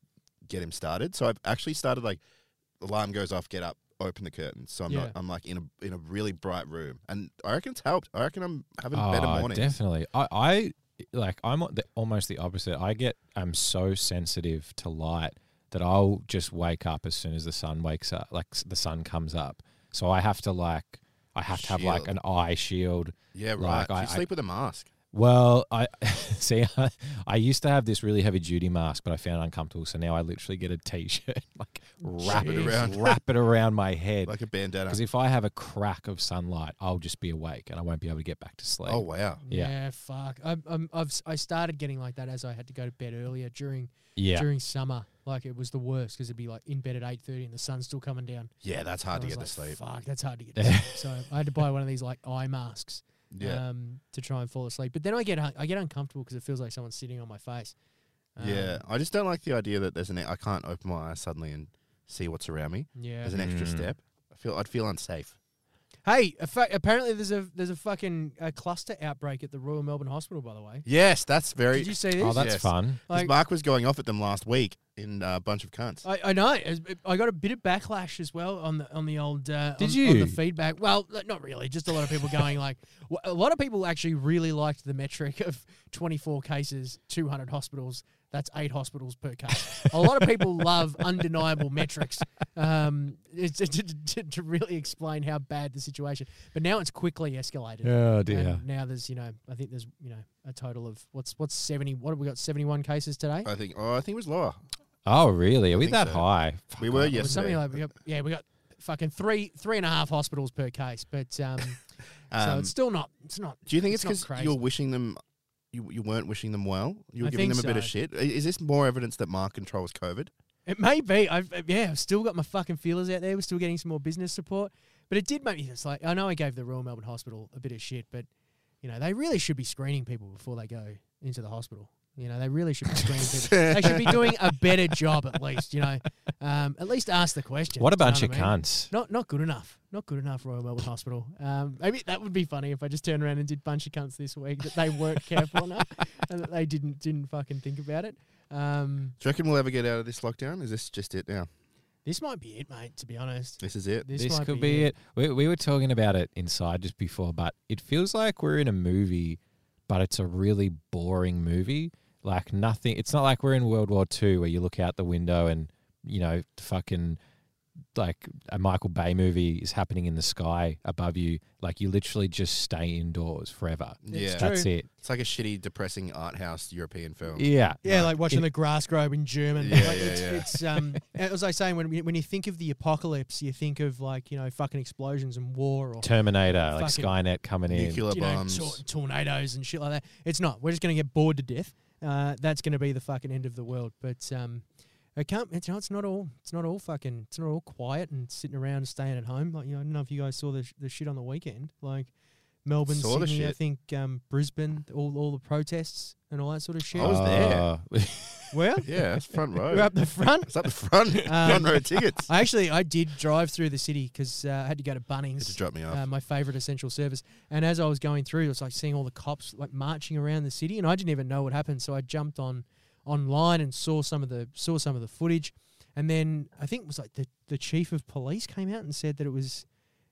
S2: get him started. So I've actually started like alarm goes off, get up, open the curtains. So I'm
S1: Yeah.
S2: not I'm like in a in a really bright room, and I reckon it's helped. I reckon I'm having a better
S3: Oh,
S2: morning.
S3: definitely. I, I like I'm on the, almost the opposite. I get I'm so sensitive to light that I'll just wake up as soon as the sun wakes up, like s- the sun comes up. So I have to like I have to have like
S2: Shield.
S3: an eye shield.
S2: yeah, right.
S3: Like,
S2: Do you
S3: I- I-
S2: sleep with a mask.
S3: Well, I [laughs] see. I, I used to have this really heavy duty mask, but I found it uncomfortable. So now I literally get a t-shirt, [laughs] like wrap
S2: Jeez.
S3: it around, wrap it around my
S2: [laughs]
S3: head.
S2: Like a bandana.
S3: Because if I have a crack of sunlight, I'll just be awake and I won't be able to get back to sleep.
S2: oh wow.
S1: Yeah.
S3: Yeah.
S1: fuck. I, I'm, I've s- I started getting like that as I had to go to bed earlier during
S3: yeah.
S1: during summer. Like it was the worst because it'd be like in bed at eight thirty and the sun's still coming down.
S2: Yeah, that's hard
S1: I
S2: to
S1: was
S2: get
S1: like,
S2: to sleep.
S1: Fuck, that's hard to get. to sleep.
S3: [laughs]
S1: So I had to buy one of these like eye masks.
S2: Yeah,
S1: um, to try and fall asleep. But then I get un- I get uncomfortable because it feels like someone's sitting on my face. Um,
S2: yeah. I just don't like the idea that there's an e, I can't open my eyes suddenly and see what's around me.
S1: yeah.
S2: There's an extra
S3: Mm.
S2: step. I feel I'd feel unsafe.
S1: Hey, a fa- apparently there's a there's a fucking uh, cluster outbreak at the Royal Melbourne Hospital. By the way,
S2: Yes, that's very.
S1: did you see this?
S3: Oh, that's
S2: Yes.
S3: fun.
S2: 'cause
S1: like,
S2: Mark was going off at them last week in a bunch of cunts.
S1: I, I know. It was- I got a bit of backlash as well on the on the old. Uh,
S3: Did
S1: on-
S3: you?
S1: on the feedback? Well, n- not really. Just a lot of people going like, [laughs] w- a lot of people actually really liked the metric of 24 cases, 200 hospitals. That's eight hospitals per case. a lot of people love undeniable metrics um, it's, to, to, to really explain how bad the situation. But now it's quickly escalated.
S3: Oh
S1: And now there's you know I think there's you know a total of what's what's 70 what have we got 71 cases today?
S2: I think. Oh, I think it was lower.
S3: Oh really? Are we
S2: think
S3: that
S2: so.
S3: high?
S2: We
S3: Fuck,
S2: were
S3: I-
S1: It was
S2: yesterday.
S1: something like we got, yeah, we got fucking three three and a half hospitals per case, but um, so
S2: Um,
S1: it's still not it's not.
S2: do you think it's
S1: it's not
S2: because
S1: crazy.
S2: you're wishing them? You, you weren't wishing them well. You were
S1: I
S2: giving them a
S1: think
S2: bit of
S1: so.
S2: shit. I- Is this more evidence that Mark controls COVID?
S1: It may be. I've uh, yeah, I've still got my fucking feelers out there. We're still getting some more business support, but it did make me. It's like I know I gave the Royal Melbourne Hospital a bit of shit, but you know they really should be screening people before they go into the hospital. You know they really should be screening people. They should be doing a better job at least. You know, um, at least ask the question.
S3: What a
S1: you know
S3: bunch of
S1: I mean?
S3: cunts.
S1: Not not good enough. Not good enough, Royal Melbourne Hospital. Um, maybe that would be funny if I just turned around and did bunch of cunts this week that they weren't careful enough and that they didn't didn't fucking think about it. Um,
S2: Do you reckon we'll ever get out of this lockdown? Is this just it now?
S1: this might be it, mate. To be honest,
S2: This is it.
S1: this,
S3: This
S1: might
S3: could be it. We, we were talking about it inside just before, but it feels like we're in a movie, but it's a really boring movie. Like nothing. It's not like we're in World War Two where you look out the window and you know fucking like a Michael Bay movie is happening in the sky above you. Like you literally just stay indoors forever.
S2: yeah,
S1: true.
S3: That's it.
S2: it's like a shitty, depressing art house European film.
S3: Yeah.
S1: Yeah, like, watching
S3: it-
S1: the grass grow in German.
S2: Yeah,
S1: [laughs] Like,
S2: yeah,
S1: it's,
S2: yeah.
S1: it's um as I was saying when you- when you think of the apocalypse, you think of like you know fucking explosions and war or
S3: Terminator, like
S1: Fucking
S3: Skynet coming in.
S2: Nuclear
S1: you know,
S2: bombs.
S1: tor- tornadoes and shit like that. It's not. We're just going to get bored to death. Uh, that's going to be the fucking end of the world. But um, it can't. It's, it's not all. It's not all fucking. It's not all quiet and sitting around and staying at home. Like you know, I don't know if you guys saw the sh- the shit on the weekend. Like Melbourne,
S2: Saw the
S1: Sydney, I
S2: shit.
S1: think um, Brisbane, all all the protests and all that sort of shit.
S2: I was there.
S3: Uh,
S2: [laughs]
S1: Well,
S2: Yeah, that's front row.
S1: [laughs] we're up the Um, front.
S2: It's up
S1: [laughs]
S2: the front. front row tickets.
S1: I actually I did drive through the city because uh, I had to go to Bunnings.
S2: Just drop me off.
S1: uh, my favorite essential service. And as I was going through, it was like seeing all the cops like marching around the city, and I didn't even know what happened. So I jumped on online and saw some of the saw some of the footage, and then I think it was like the the chief of police came out and said that it was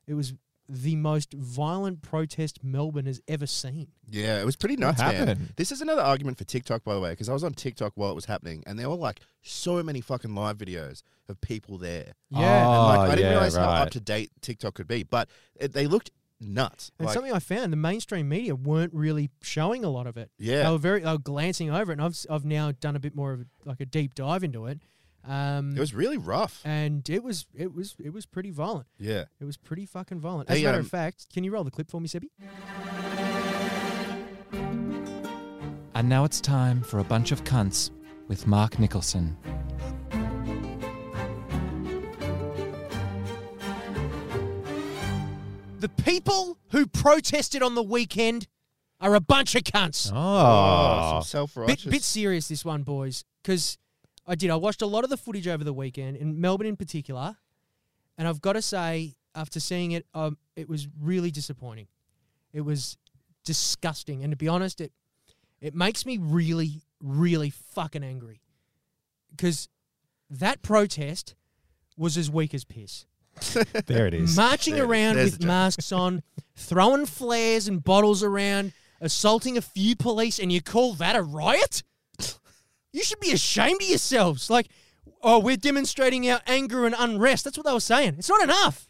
S1: it was the most violent protest Melbourne has ever seen.
S2: Yeah, it was pretty nuts, man.
S3: happened?
S2: This is another argument for TikTok, by the way, because I was on TikTok while it was happening, and there were like so many fucking live videos of people there.
S1: Yeah.
S2: And, like,
S3: Oh,
S2: I didn't
S3: yeah,
S2: realize how
S3: right.
S2: up to date TikTok could be, but it, they looked nuts.
S1: And
S2: Like,
S1: something I found the mainstream media weren't really showing a lot of it.
S2: yeah,
S1: They were very they were glancing over it, and I've s- I've now done a bit more of a, like a deep dive into it. Um,
S2: it was really rough.
S1: and it was it was it was pretty violent.
S2: Yeah.
S1: It was pretty fucking violent. As
S2: Hey,
S1: a matter
S2: um,
S1: of fact, can you roll the clip for me, Sebby?
S3: And now it's time for a bunch of cunts with Mark Nicholson.
S1: The people who protested on the weekend are a bunch of cunts.
S2: Oh, self
S1: bit,
S2: righteous.
S1: bit serious this one, boys, because I did. I watched a lot of the footage over the weekend in Melbourne in particular, and I've got to say, after seeing it, um, it was really disappointing. It was disgusting, and to be honest, it it makes me really, really fucking angry because that protest was as weak as piss.
S3: there it is.
S1: marching
S2: There it is.
S1: around
S2: There's the
S1: with
S2: joke.
S1: masks
S2: [laughs]
S1: on, throwing flares and bottles around, assaulting a few police, and you call that a riot? You should be ashamed of yourselves. Like, oh, we're demonstrating our anger and unrest. That's what they were saying. It's not
S2: [laughs]
S1: enough.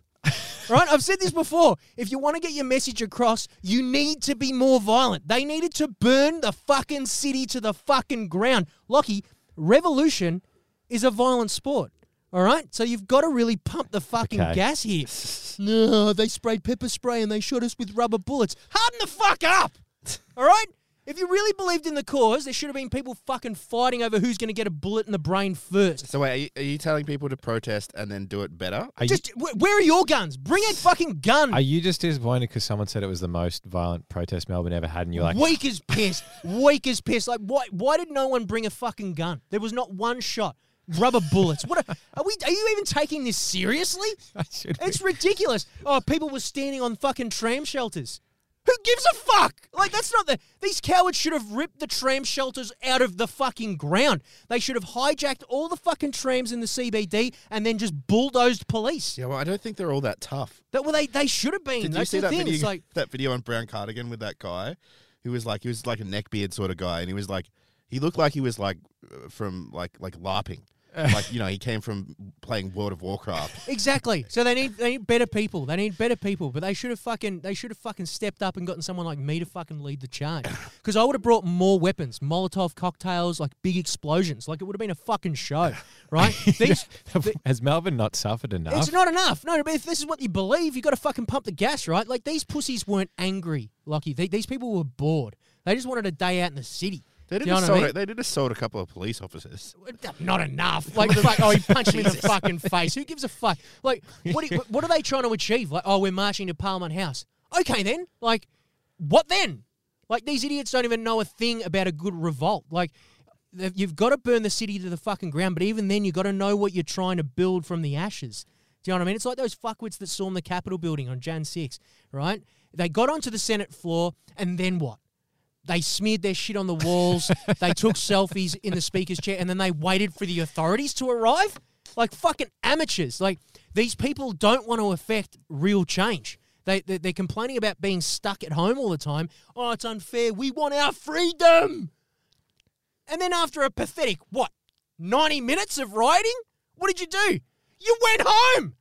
S1: right? I've said this before. If you want to get your message across, you need to be more violent. They needed to burn the fucking city to the fucking ground. Lockie, revolution is a violent sport. All right? So you've got to really pump the fucking
S3: Okay.
S1: gas here. [laughs] No, they sprayed pepper spray and they shot us with rubber bullets. Harden the fuck up! All right? If you really believed in the cause, there should have been people fucking fighting over who's going to get a bullet in the brain first.
S2: so, wait, are you, are you telling people to protest and then do it better?
S3: Are you-
S1: Just wh- where are your guns? Bring a fucking gun.
S3: Are you just disappointed because someone said it was the most violent protest Melbourne ever had, and you're like,
S1: weak as piss. weak as piss. Like why? Why did no one bring a fucking gun? There was not one shot. Rubber bullets. What a, are we? Are you even taking this seriously?
S3: [laughs] I should be.
S1: It's ridiculous. Oh, people were standing on fucking tram shelters. Who gives a fuck? Like that's not the. These cowards should have ripped the tram shelters out of the fucking ground. They should have hijacked all the fucking trams in the CBD and then just bulldozed police.
S2: Yeah, well, I don't think they're all that tough.
S1: That well, they they should have been.
S2: Did
S1: that's
S2: you see
S1: the
S2: that
S1: thing.
S2: video?
S1: It's like
S2: [laughs] that video on Brown Cardigan with that guy, who was like he was like a neckbeard sort of guy, and he was like he looked like he was like uh, from like like
S1: [laughs]
S2: LARPing, like you know he came from playing World of Warcraft.
S1: Exactly. So they need they need better people. They need better people. But they should have fucking they should have fucking stepped up and gotten someone like me to fucking lead the charge. Because I would have brought more weapons, Molotov cocktails, like big explosions. Like it would have been a fucking show, right? These,
S3: has Melbourne not suffered enough?
S1: it's not enough. No, but if this is what you believe, you got to fucking pump the gas, right? Like these pussies weren't angry, Lucky. They, these people were bored. They just wanted a day out in the city.
S2: They
S1: Do
S2: did
S1: you know what I
S2: assault.
S1: mean?
S2: They did assault a couple of police officers.
S1: not enough. Like, fuck, oh, he punched me in the fucking face. Who gives a fuck? Like, what, do- what are they trying to achieve? Like, oh, we're marching to Parliament House. Okay, then. Like, what then? Like, these idiots don't even know a thing about a good revolt. Like, th- you've got to burn the city to the fucking ground, but even then, you've got to know what you're trying to build from the ashes. Do you know what I mean? It's like those fuckwits that stormed the Capitol building on Jan 6, right? They got onto the Senate floor, and then what? they smeared their shit on the walls. they took selfies in the speaker's chair, and then they waited for the authorities to arrive. Like fucking amateurs. Like these people don't want to affect real change. They, they they're complaining about being stuck at home all the time. Oh, it's unfair. We want our freedom. And then after a pathetic what, ninety minutes of rioting, what did you do? You went home.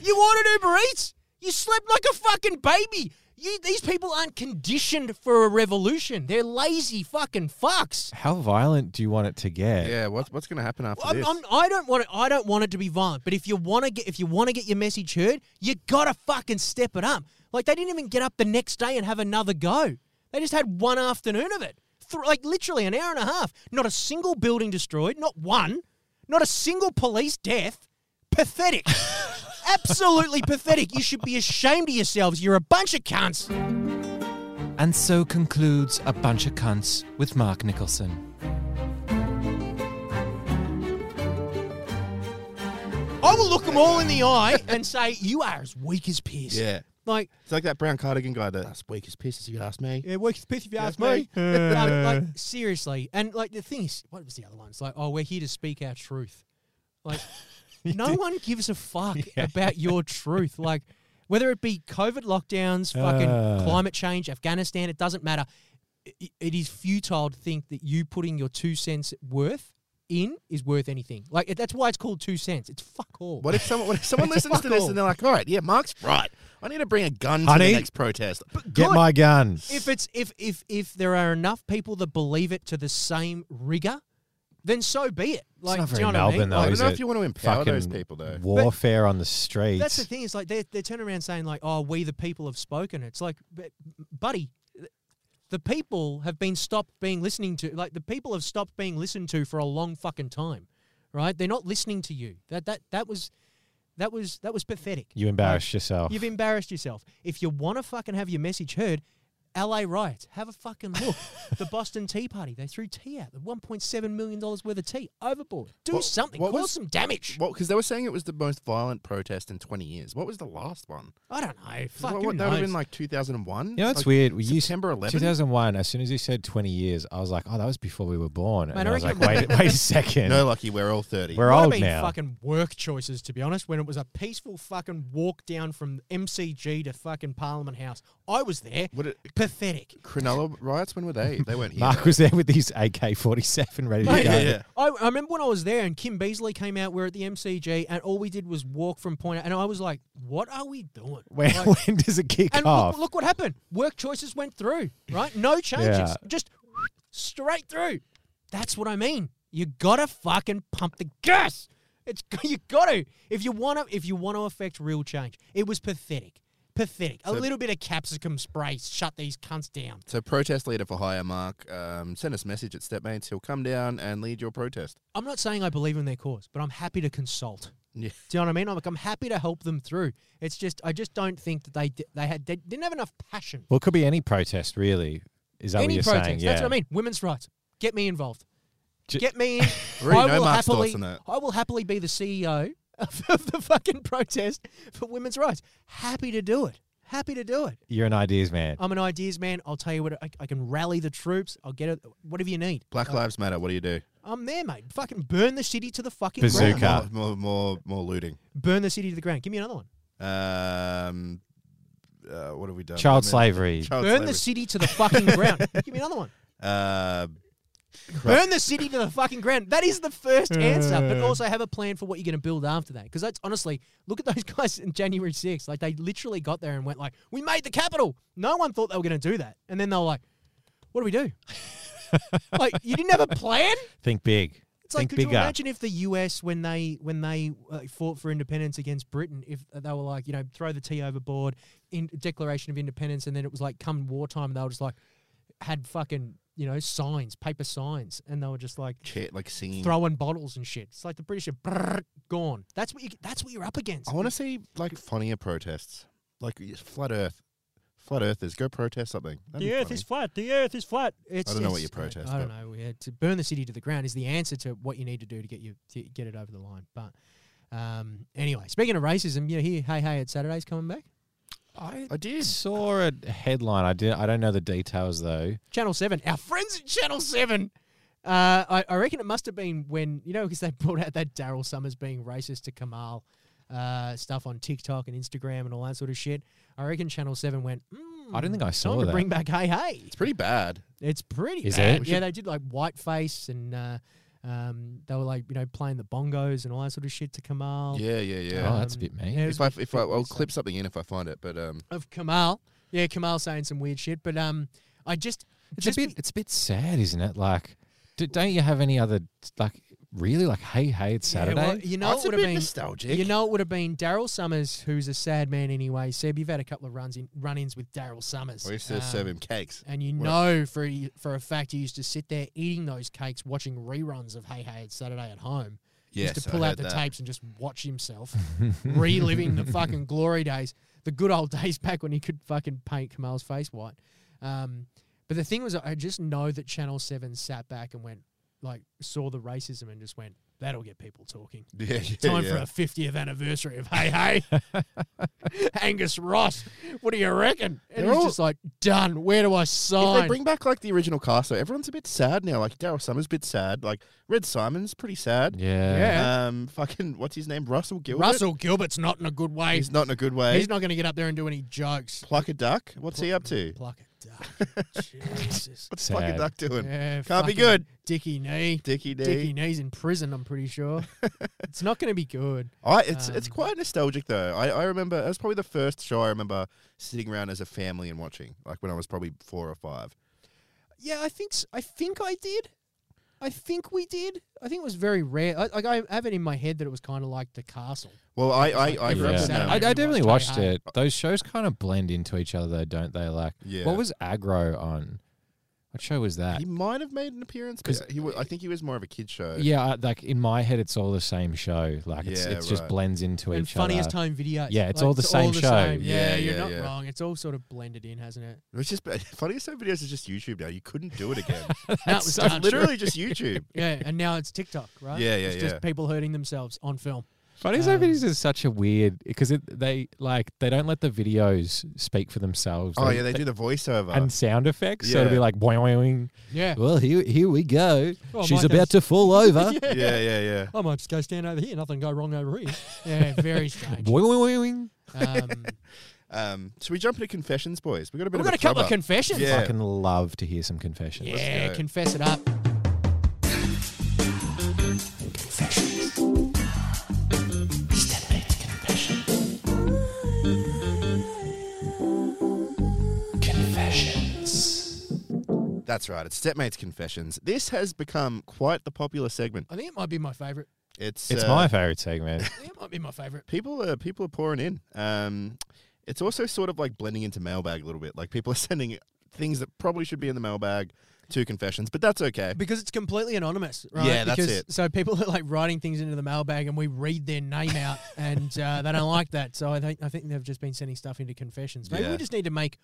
S1: You ordered Uber Eats. You slept like a fucking baby. You, these people aren't conditioned for a revolution. They're lazy fucking fucks.
S3: How violent do you want it to get?
S2: Yeah, what's what's going to happen after
S1: I'm,
S2: this?
S1: I'm, I don't want it. I don't want it to be violent. But if you want to get, if you want to get your message heard, you gotta fucking step it up. Like they didn't even get up the next day and have another go. They just had one afternoon of it, Th- like literally an hour and a half. Not a single building destroyed. Not one. Not a single police death.
S2: [laughs]
S1: Pathetic. Absolutely pathetic. You should be ashamed of yourselves. You're a bunch of cunts.
S3: And so concludes A Bunch of Cunts with Mark Nicholson.
S1: I will look them all in the eye and say, "You are as weak as piss."
S2: Yeah.
S1: Like,
S2: It's like that brown cardigan guy that's weak as piss, if you ask me.
S1: yeah, weak as piss if you ask
S2: me.
S1: me. Um, [laughs] like, seriously, and like the thing is, what was the other one? It's like, oh, we're here to speak our truth. [laughs] Like, no one gives a fuck [laughs] about your truth. Like, whether it be COVID lockdowns, fucking
S3: Uh.
S1: climate change, Afghanistan, it doesn't matter. I- it is futile to think that you putting your two cents worth in is worth anything. Like, that's why it's called two cents. It's fuck all.
S2: [laughs] What if someone, what
S1: [laughs]
S2: if someone listens to this
S1: all.
S2: and they're like, all right, yeah, Mark's right. I need to bring a gun to
S3: Honey?
S2: the next protest.
S3: Get
S1: Good.
S3: my gun.
S1: if it's if if if there are enough people that believe it to the same rigor, then so be it. Like
S3: not
S1: do
S3: very
S1: you know what I mean?
S3: Melbourne, though,
S2: I
S1: Like,
S2: don't
S3: is
S2: know
S3: it
S2: if you want to empower
S3: fucking
S2: those people, though.
S3: warfare on the streets.
S1: that's the thing. It's like they're they're turning around saying like, "Oh, we the people have spoken." It's like, but, buddy, the people have been stopped being listening to. Like the people have stopped being listened to for a long fucking time, right? They're not listening to you. That that that was that was that was pathetic.
S3: You embarrassed yourself.
S1: You've embarrassed yourself. If you want to fucking have your message heard, LA riots, have a fucking
S2: [laughs]
S1: look. the Boston Tea Party, they threw tea out, $1.7 million worth of tea overboard. Do
S2: What-
S1: something,
S2: what
S1: cause
S2: was-
S1: some damage.
S2: Well, because they were saying it was the most violent protest in 20 years. What was the last one?
S1: I don't know. Fuck,
S2: what,
S1: who
S2: what, that would have
S1: knows?
S2: been like 2001?
S3: You know, it's
S2: Like
S3: weird. We used-
S2: September 11?
S3: 2001, as soon as you said 20 years, I was like, oh, that was before we were born.
S1: Man,
S3: and
S1: I
S3: I was like,
S1: reckon-
S2: [laughs]
S3: wait, wait a second.
S2: No, lucky, we're all 30.
S3: we're
S1: Might have
S3: old
S1: been
S3: now.
S1: fucking work choices, to be honest, when it was a peaceful fucking walk down from MCG to fucking Parliament House. I was there.
S2: Would it-
S1: Pathetic.
S2: Cronulla riots, when were they? They
S3: [laughs]
S2: weren't here.
S3: Mark was there with his AK 47 ready to go.
S1: Mate,
S2: yeah, yeah.
S1: I, I remember when I was there and Kim Beasley came out. We're at the MCG and all we did was walk from point. And I was like, "What are we doing?"
S2: [laughs]
S3: When,
S1: Like,
S3: [laughs] when does it kick
S1: and
S3: off?
S1: look, look what happened. Work choices went through. Right, no changes,
S3: Yeah.
S1: just straight through. That's what I mean. You gotta fucking pump the gas. It's [laughs] you gotta if you wanna if you wanna affect real change. It was pathetic, pathetic. a little bit of capsicum spray shut these cunts down.
S2: So protest leader for hire, Mark, um, send us a message at Stepmates. He'll come down and lead your protest.
S1: I'm not saying I believe in their cause, but I'm happy to consult.
S2: Yeah.
S1: Do you know what I mean? I'm like, I'm happy to help them through. It's just, I just don't think that they di- they had they didn't have enough passion.
S3: well, it could be any protest, really. Is that what
S1: Any
S3: you're
S1: protest?
S3: saying?
S1: That's
S3: yeah.
S1: what I mean. Women's rights. Get me involved.
S3: Ju-
S1: Get
S3: [laughs]
S1: me in.
S2: Already
S1: I
S2: know
S1: will
S2: Mark's thoughts
S1: happily.
S2: on that.
S1: I will happily be the CEO of [laughs] the fucking protest for women's rights. Happy to do it. Happy to do it.
S3: You're an ideas man.
S1: I'm an ideas man. I'll tell you what. I, I can rally the troops. I'll get it. Whatever you need.
S2: Black Lives Matter. What do you do?
S1: I'm there, mate. Fucking burn the city to the fucking
S3: Bazooka.
S1: ground.
S2: More, more, more, more looting.
S1: Burn the city to the ground. Give me another one.
S2: Um, uh, what have we done? I
S3: Child
S2: mean,
S3: slavery.
S2: Child
S1: Burn the
S2: slavery.
S1: city to the fucking ground. Give me another one.
S2: Uh,
S1: Burn the city to the fucking ground. That is the first answer, but also have a plan for what you're going to build after that. Because that's honestly, look at those [laughs] guys in January 6th. Like they literally got there and went like, "We made the capital." No one thought they were going to do that, and then they were like, "What do we do?" like you didn't have a plan.
S3: Think big.
S1: It's like,
S3: Think
S1: could
S3: bigger.
S1: you imagine if the US, when they when they uh, fought for independence against Britain, if they were like, you know, throw the tea overboard, in Declaration of Independence, and then it was like, come wartime, they were just like, had fucking you know signs, paper signs, and they were just like
S2: shit, like singing.
S1: throwing bottles and shit. It's like the British are brrr, gone. That's what you that's what you're up against.
S2: I want to see like funnier protests, like y- flat Earth, flat Earthers. Go protest something. That'd be funny.
S1: flat. The earth is flat. It's,
S2: I don't know what
S1: it's-
S2: you protest,
S1: I don't know. Yeah, to burn the city to the ground is the answer to what you need to do to get you to get it over the line. But um, anyway, speaking of racism, you know, here, hey, hey, at Saturday's coming back.
S2: I did.
S3: saw a headline. I did. I don't know the details though.
S1: Channel Seven, our friends at Channel Seven. Uh, I, I reckon it must have been when you know because they [laughs] brought out that Daryl Summers being racist to Kamal uh, stuff on TikTok and Instagram and all that sort of shit. I reckon Channel Seven went. Mm,
S3: I don't think I saw
S1: time to
S3: that."
S1: bring back Hey Hey.
S2: It's pretty bad.
S1: It's pretty
S3: Is
S1: bad.
S3: it?
S1: Yeah, they did like whiteface and uh, um, they were like you know playing the bongos and all that sort of shit to Kamal. Um,
S2: Yeah, yeah, yeah.
S3: Oh, that's a bit mean.
S1: yeah, it was
S2: if I, if I, I'll
S1: ridiculous.
S2: clip something in if I find it, but um,
S1: of Kamal. Yeah, Kamal saying some weird shit, but um, I just
S3: It's
S1: just
S3: a bit. it's a bit sad, isn't it? Like, do, don't you have any other like really like hey hey it's
S1: Yeah,
S3: Saturday?
S1: well, you know,
S2: Oh,
S1: it
S2: it's a
S1: would have
S2: bit
S1: been
S2: nostalgic.
S1: You know, it would have been Daryl Summers, who's a sad man anyway. Seb, you've had a couple of runs in run-ins with Daryl Summers,
S2: [laughs]
S1: Um,
S2: we used to serve him cakes.
S1: and you know for for a fact he used to sit there eating those cakes, watching reruns of Hey Hey It's Saturday at home. He
S2: Yes,
S1: used to
S2: I
S1: pull out
S2: heard
S1: the
S2: that.
S1: tapes and just watch himself [laughs] reliving the fucking glory days, the good old [laughs] days back when he could fucking paint Kamal's face white. Um, but the thing was, I just know that Channel Seven sat back and went, like, saw the racism and just went, That'll get people talking.
S2: [laughs] Yeah, yeah,
S1: Time
S2: yeah.
S1: for a 50th anniversary of Hey Hey. [laughs] Angus Ross, what do you reckon? And
S2: They're
S1: he's
S2: all-
S1: just like, done. Where do I
S2: If they
S1: sign?
S2: bring back like the original cast, though, everyone's a bit sad now. Like Daryl Summers, a bit sad. Like Red Simon's pretty sad.
S3: Yeah.
S2: Um, fucking what's his name? Russell Gilbert.
S1: Russell Gilbert's not in a good way.
S2: He's not in a good way.
S1: He's not going to get up there and do any jokes.
S2: Pluck a duck. What's he up to?
S1: Pluck it
S2: [laughs]
S1: duck. Jesus.
S2: What's
S3: Sad.
S2: Pluck a duck doing?
S1: Yeah,
S2: Can't be
S1: fucking
S2: good.
S1: Dicky knee.
S2: Dickie D.
S1: Dicky knee's in prison, I'm pretty
S2: [laughs]
S1: sure. it's not going to be good.
S2: I, it's it's
S1: Um,
S2: quite nostalgic though. I, I remember it was probably the first show I remember sitting around as a family and watching, like when I was probably four or five.
S1: Yeah, I think s- I think I did. I think we did. I think it was very rare. I, like I have it in my head that it was kind of like the castle.
S2: Well, I I, I
S1: every
S2: remember
S1: Saturday
S3: I,
S2: now.
S3: I
S1: we
S3: definitely
S1: watched
S3: watched
S1: Hey Hey.
S3: it. Those shows kind of blend into each other, though, don't they? Like,
S2: Yeah.
S3: what was Aggro on? What show was that?
S2: He might have made an appearance, but
S3: 'Cause-
S2: he was, I think he was more of a kid show.
S3: Yeah, I, like in my head, it's all the same show. Like, it's,
S2: Yeah,
S3: it's just
S2: right.
S3: blends into
S1: and
S3: each
S1: funniest
S3: other.
S1: time videos.
S3: Yeah, it's all the same show.
S1: Yeah,
S2: Yeah,
S1: you're
S2: yeah,
S1: not
S2: yeah.
S1: wrong. It's all sort of blended in, hasn't
S2: [laughs]
S1: it?
S2: It was just funniest home videos is just YouTube now. You couldn't do it again.
S1: No, it
S2: [laughs]
S1: was
S3: so
S1: done.
S3: true.
S2: Literally just YouTube.
S1: Yeah, and now it's TikTok, right?
S2: Yeah, yeah,
S1: It's
S2: yeah.
S1: just people hurting themselves on film.
S3: Funny
S1: Um,
S3: Home Videos is such a weird because they like they don't let the videos speak for themselves.
S2: Oh yeah, they do the voiceover.
S3: and [laughs] sound effects. So it'll be
S2: Yeah.
S3: like boing, boing.
S1: Yeah.
S3: Well, here here we go.
S1: Well,
S3: She's
S1: my
S3: about
S1: case-
S3: to [laughs] fall over.
S2: [laughs] yeah, yeah, yeah.
S1: I might just go stand over here. Nothing go wrong over here. [laughs] Yeah, very strange.
S3: Boing, boing, boing.
S1: [laughs] Um,
S2: Um, should we jump into confessions, boys? We got a bit
S1: we've
S2: of
S1: got a
S2: a
S1: couple of
S2: clubber.
S1: confessions.
S2: Yeah.
S3: Fucking love to hear some confessions.
S1: Yeah,
S2: go.
S1: confess it up.
S2: That's right. It's Stepmates Confessions. This has become quite the popular segment.
S1: I think it might be my favorite.
S2: It's
S3: It's
S2: uh,
S3: my favorite segment.
S1: I think it might be my favorite.
S2: people are people are pouring in. Um, it's also sort of like blending into mailbag a little bit. Like people are [laughs] sending things that probably should be in the mailbag to confessions, but that's okay.
S1: Because it's completely anonymous, right?
S2: Yeah, that's
S1: because,
S2: it.
S1: So people are like writing things into the mailbag, and we read their name [laughs] out, and uh, they don't like that. So I think I think they've just been sending stuff into confessions. Maybe
S2: Yeah.
S1: we just need to make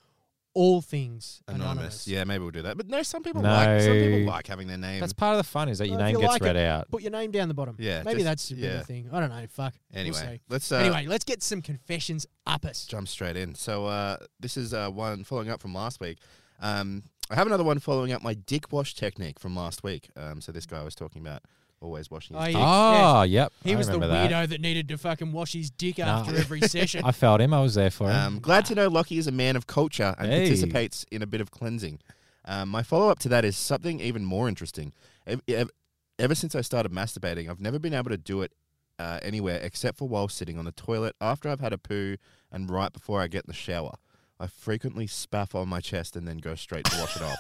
S1: all things
S2: Anonymous.
S1: anonymous.
S2: Yeah, maybe we'll do that. But no, some people
S3: No.
S2: like some people like having their name.
S3: [laughs] That's part of the fun is that your
S1: Well, if
S3: name
S1: you
S3: gets
S1: like
S3: read
S1: it,
S3: out.
S1: Put your name down the bottom.
S2: Yeah,
S1: maybe
S2: just-
S1: that's a bit of
S2: yeah.
S1: a thing. I don't know. Fuck. We'll
S2: anyway,
S1: see.
S2: let's uh,
S1: anyway, let's get some confessions up us.
S2: jump straight in. So uh, this is uh, one following up from last week. Um, I have another one following up my dick wash technique from last week. Um, so this guy was talking about always washing
S1: Oh,
S2: his dick.
S1: [laughs] yeah.
S3: Oh, yep.
S1: He
S3: I
S1: was the
S3: remember that.
S1: weirdo that. needed to fucking wash his dick
S3: Nah.
S1: after every session.
S3: [laughs] I felt him. I was there for him.
S2: Um, glad to know Lockie is a man of culture and
S3: Hey.
S2: participates in a bit of cleansing. Um, my follow up to that is something even more interesting. Ev- ev- Ever since I started masturbating, I've never been able to do it uh, anywhere except for while sitting on the toilet after I've had a poo and right before I get in the shower. I frequently spaff on my chest and then go straight to wash it off.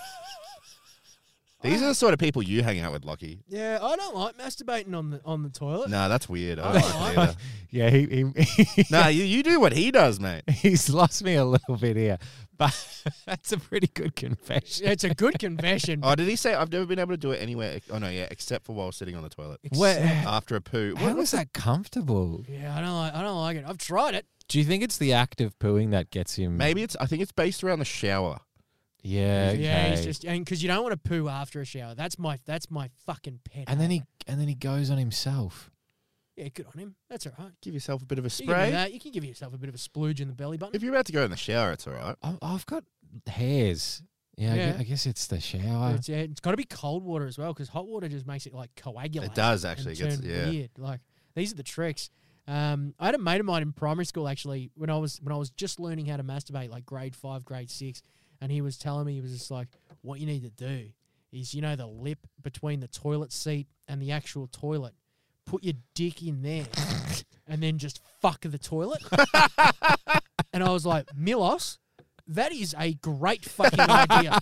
S2: These are the sort of people you hang out with, Lockie.
S1: yeah, I don't like masturbating on the on the toilet.
S2: Nah, that's weird. I
S1: Oh,
S2: don't like it either.
S3: yeah, he, he
S2: Nah, you, you do what he does, mate.
S3: [laughs] he's lost me a little bit here, but [laughs] that's a pretty good confession.
S1: It's a good
S3: [laughs]
S1: confession.
S2: Oh, did he say I've never been able to do it anywhere? Oh no, yeah, except for while sitting on the toilet
S3: Where,
S2: after a poo.
S3: how
S2: What,
S3: is
S2: what's
S3: that comfortable?
S1: Yeah, I don't like. I don't like it. I've tried it.
S3: Do you think it's the act of pooing that gets him?
S2: Maybe it's. I think it's based around the shower.
S3: Yeah. Okay.
S1: Yeah, he's just and because you don't want to poo after a shower. That's my that's my fucking pet.
S3: and then he and then he goes on himself.
S1: yeah, good on him. That's all right.
S2: Give yourself a bit of a
S1: You can, do
S2: spray.
S1: that. you can give yourself a bit of a splooge in the belly button.
S2: If you're about to go in the shower, it's all right.
S3: I, I've got hairs. Yeah. I, gue- I
S1: Yeah.
S3: guess, it's the shower.
S1: it's, yeah, Oh it's got to be cold water as well because hot water just makes it like coagulate.
S2: It does
S1: and
S2: actually. It gets
S1: turn
S2: yeah.
S1: weird. Like these are the tricks. Um, I had a mate of mine in primary school actually when I was when I was just learning how to masturbate, like grade five, grade six, and he was telling me he was just like, "What you need to do is you know the lip between the toilet seat and the actual toilet, put your dick in
S2: [laughs]
S1: there, and then just fuck the toilet." and I was like, "Milos." That is a great
S2: [laughs]
S1: fucking idea,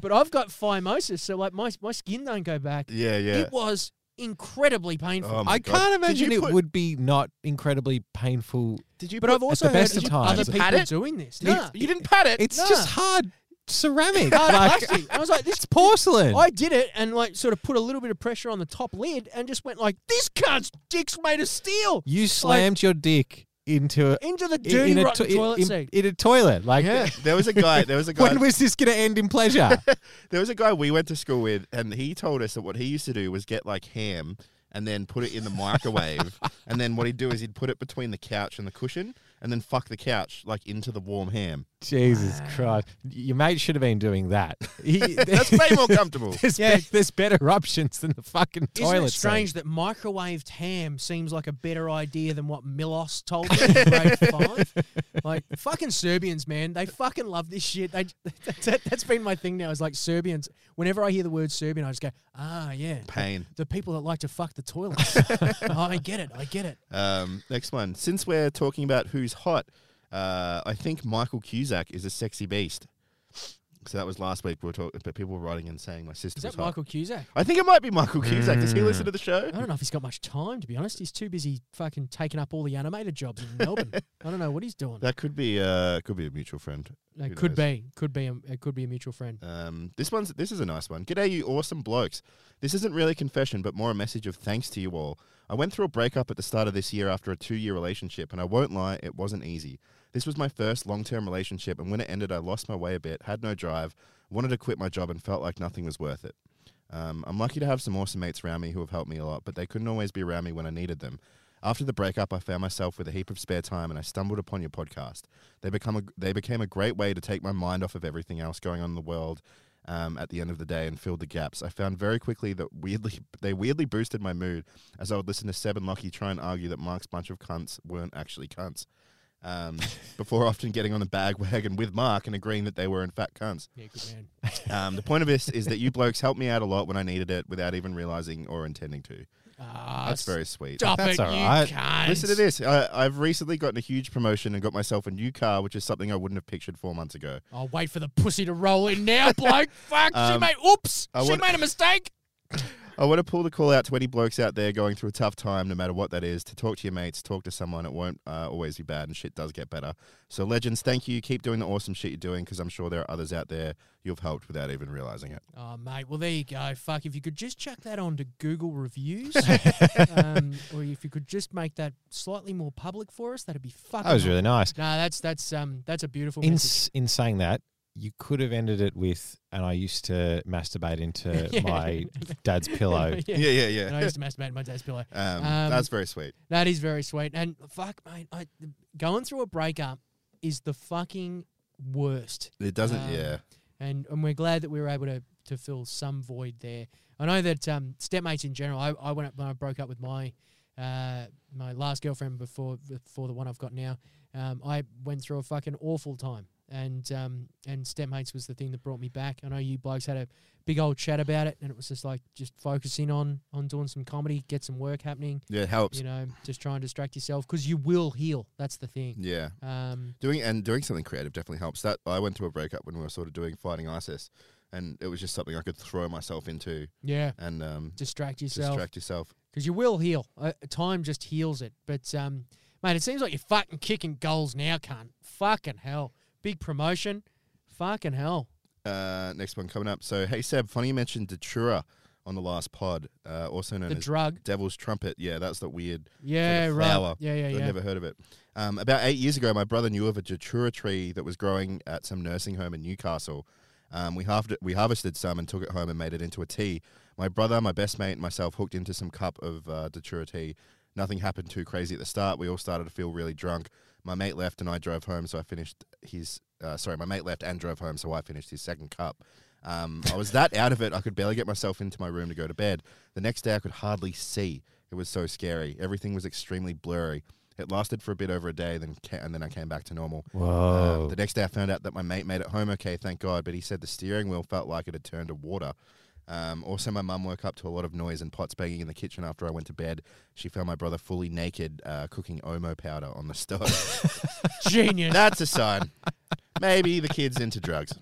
S1: but I've got phimosis, so like my my skin don't go back.
S2: Yeah, yeah.
S1: It was incredibly painful.
S2: Oh my
S3: I
S2: God. Did
S3: can't
S2: you
S3: imagine it
S2: put-
S3: would be not incredibly painful.
S2: Did you?
S1: but
S2: put-
S1: I've also
S3: the best
S1: heard
S3: of
S1: other
S3: times.
S1: people
S2: Pat it?
S1: doing this.
S3: [laughs]
S2: You,
S1: Nah.
S2: [laughs] you didn't
S1: [laughs]
S2: pat it.
S3: It's
S1: Nah.
S3: just hard
S1: [laughs]
S3: ceramic.
S1: Hard
S3: like,
S1: plastic. And I was like,
S3: [laughs]
S1: this.
S3: it's porcelain.
S1: I did it and like sort of put a little bit of pressure on the top lid and just went like, this cunt's dick's made of steel
S3: you slammed your dick into a,
S1: into the
S3: i-
S1: dirty
S3: in, a
S1: rotten
S3: to- in-
S1: toilet
S3: in-
S1: seat.
S3: in a toilet. Like,
S2: There was a guy.
S1: [laughs]
S2: There was a guy.
S3: when was this going to end in pleasure?
S2: there was a guy we went to school with, and he told us that what he used to do was get like ham. and then put it in
S1: [laughs]
S2: the microwave. and then what he'd do is he'd put it between the couch and the cushion and then fuck the couch like into the warm
S1: [laughs]
S2: ham.
S3: Jesus Christ. Your mate should have been doing that.
S1: [laughs]
S3: He,
S2: That's way
S3: [laughs]
S2: more comfortable.
S3: There's,
S1: Yeah.
S3: be- there's better options than the fucking
S1: Isn't
S3: toilet.
S1: it
S3: seat.
S1: strange that microwaved ham seems like a better idea than what Milos told me in
S3: [laughs]
S1: grade five? Like fucking Serbians, man, they fucking love this shit. They, [laughs] that's, that, that's been my thing now. Is like Serbians. Whenever I hear the word Serbian, I just go, ah, yeah,
S2: Pain.
S1: the people that like to fuck the
S2: [laughs]
S1: toilets. Oh, I get it. I get it.
S2: Um, next one. Since we're talking about who's hot, uh, I think Michael Cusack is a sexy beast. So that was last week. We were talking, but people were writing and saying my sister
S1: Is
S2: was
S1: that
S2: hot.
S1: Michael Mm. Cusack?
S2: I think it might be Michael Cusack. Does he listen to the show?
S1: I don't know if he's got much time, to be honest. He's too busy fucking taking up all the animated jobs in
S2: [laughs]
S1: Melbourne. I don't know what he's doing.
S2: That could be uh, could be a mutual friend. who
S1: It could
S2: knows?
S1: be, could be, a, it could be a mutual
S2: [laughs]
S1: friend.
S2: Um, this one's this is a nice one. G'day, you awesome blokes. This isn't really a confession, but more a message of thanks to you all. I went through a breakup at the start of this year after a two-year relationship, and I won't lie, it wasn't easy. This was my first long-term relationship, and when it ended, I lost my way a bit, had no drive, wanted to quit my job, and felt like nothing was worth it. Um, I'm lucky to have some awesome mates around me who have helped me a lot, but they couldn't always be around me when I needed them. After the breakup, I found myself with a heap of spare time, and I stumbled upon your podcast. They become a, they became a great way to take my mind off of everything else going on in the world. Um, at the end of the day, and filled the gaps. I found very quickly that weirdly [laughs] they weirdly boosted my mood as I would listen to Seb and Lockie try and argue that Mark's bunch of cunts weren't actually cunts. Um, before often getting on the bag wagon with Mark and agreeing that they were in fact cunts.
S1: Yeah, good man.
S2: Um, the point of this is that you blokes helped me out a lot when I needed it without even realizing or intending to.
S1: Ah,
S2: That's very sweet.
S1: Stop
S3: That's
S1: it,
S3: all
S1: you
S3: right.
S1: can't.
S2: Listen to this. I, I've recently gotten a huge promotion and got myself a new car, which is something I wouldn't have pictured four months ago.
S1: I'll wait for the pussy to roll in now,
S2: [laughs]
S1: bloke. Fuck, she
S2: Um,
S1: made. Oops,
S2: I
S1: she
S2: want-
S1: made a mistake.
S2: I want to pull the call out to any blokes out there going through a tough time, no matter what that is, to talk to your mates, talk to someone. It won't uh, always be bad, and shit does get better. So, legends, thank you. Keep doing the awesome shit you're doing because I'm sure there are others out there you've helped without even realizing it.
S1: Oh, mate. Well, there you go. Fuck. If you could just chuck that on to Google
S2: [laughs]
S1: reviews, um, or if you could just make that slightly more public for us, that'd be fucking.
S3: That was
S1: nice.
S3: really nice.
S1: No, that's that's um that's a beautiful.
S3: In,
S1: message.
S3: s- in saying that, you could have ended it with, and I used to masturbate into
S1: [laughs] Yeah.
S3: my
S1: [laughs]
S3: dad's pillow.
S1: yeah.
S2: yeah,
S1: And I used to masturbate in my dad's pillow.
S2: [laughs] Um,
S1: Um,
S2: that's very sweet.
S1: That is very sweet. And fuck, mate, I, going through a breakup is the fucking worst.
S2: It doesn't,
S1: um,
S2: yeah.
S1: and and we're glad that we were able to to fill some void there. I know that um, stepmates in general. I, I went up when I broke up with my uh, my last girlfriend before before the one I've got now. Um, I went through a fucking awful time, and um, and stepmates was the thing that brought me back. I know you blokes had a big old chat about it, and it was just like just focusing on on doing some comedy, get some work happening.
S2: Yeah, it helps.
S1: You know, just try and distract yourself because you will heal. That's the thing.
S2: Yeah.
S1: Um,
S2: doing and doing something creative definitely helps. That I went through a breakup when we were sort of doing fighting ISIS, and it was just something I could throw myself into
S1: yeah,
S2: and um,
S1: distract yourself.
S2: distract yourself.
S1: because you will heal. Uh, time just heals it. But um, mate, it seems like you're fucking kicking goals now, cunt. Fucking hell, big promotion. Fucking hell.
S2: Uh, next one coming up. So hey Seb, funny you mentioned Datura on the last pod, uh, also known
S1: The
S2: as
S1: drug.
S2: Devil's Trumpet. Yeah, that's the weird.
S1: Yeah, right.
S2: flower.
S1: Yeah, yeah,
S2: I've
S1: yeah.
S2: never [laughs] heard of it. Um, about eight years ago, my brother knew of a datura tree that was growing at some nursing home in Newcastle. Um, we, harved- we harvested some and took it home and made it into a tea. My brother, my best mate, and myself hooked into some cup of uh, datura tea. Nothing happened too crazy at the start. We all started to feel really drunk. My mate left and I drove home, so I finished his. Uh, sorry, my mate left and drove home, so I finished his second cup. Um, I was that out of it, I could barely get myself into my room to go to bed. The next day, I could hardly see. It was so scary. Everything was extremely blurry. It lasted for a bit over a day, then ca- and then I came back to normal.
S3: Whoa.
S2: Um, the next day, I found out that my mate made it home okay, thank God. But he said the steering wheel felt like it had turned to water. Um, also, my mum woke up to a lot of noise and pots banging in the kitchen after I went to bed. She found my brother fully naked uh, cooking Omo powder on the stove.
S1: [laughs]
S2: [laughs]
S1: Genius.
S2: That's a sign. Maybe the kid's into drugs.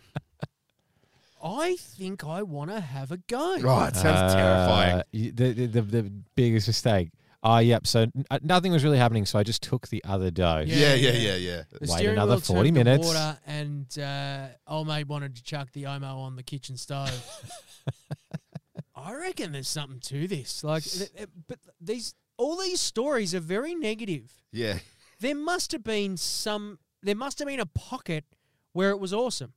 S1: I think I want to have a go.
S2: Right, it sounds terrifying.
S3: Uh, y- The, the, the, the biggest mistake. Ah, yep. So n- uh, nothing was really happening. So I just took the other dose.
S1: Yeah, yeah,
S2: Yeah, yeah, yeah, yeah.
S1: The
S3: Wait
S1: steering
S3: another
S1: wheel
S3: 40
S1: turned to
S3: minutes.
S1: Water and uh, old mate wanted to chuck the Omo on the kitchen stove.
S2: [laughs]
S1: I reckon there's something to this. Like, th- th- but these all these stories are very negative.
S2: Yeah.
S1: there must have been some. There must have been a pocket where it was awesome.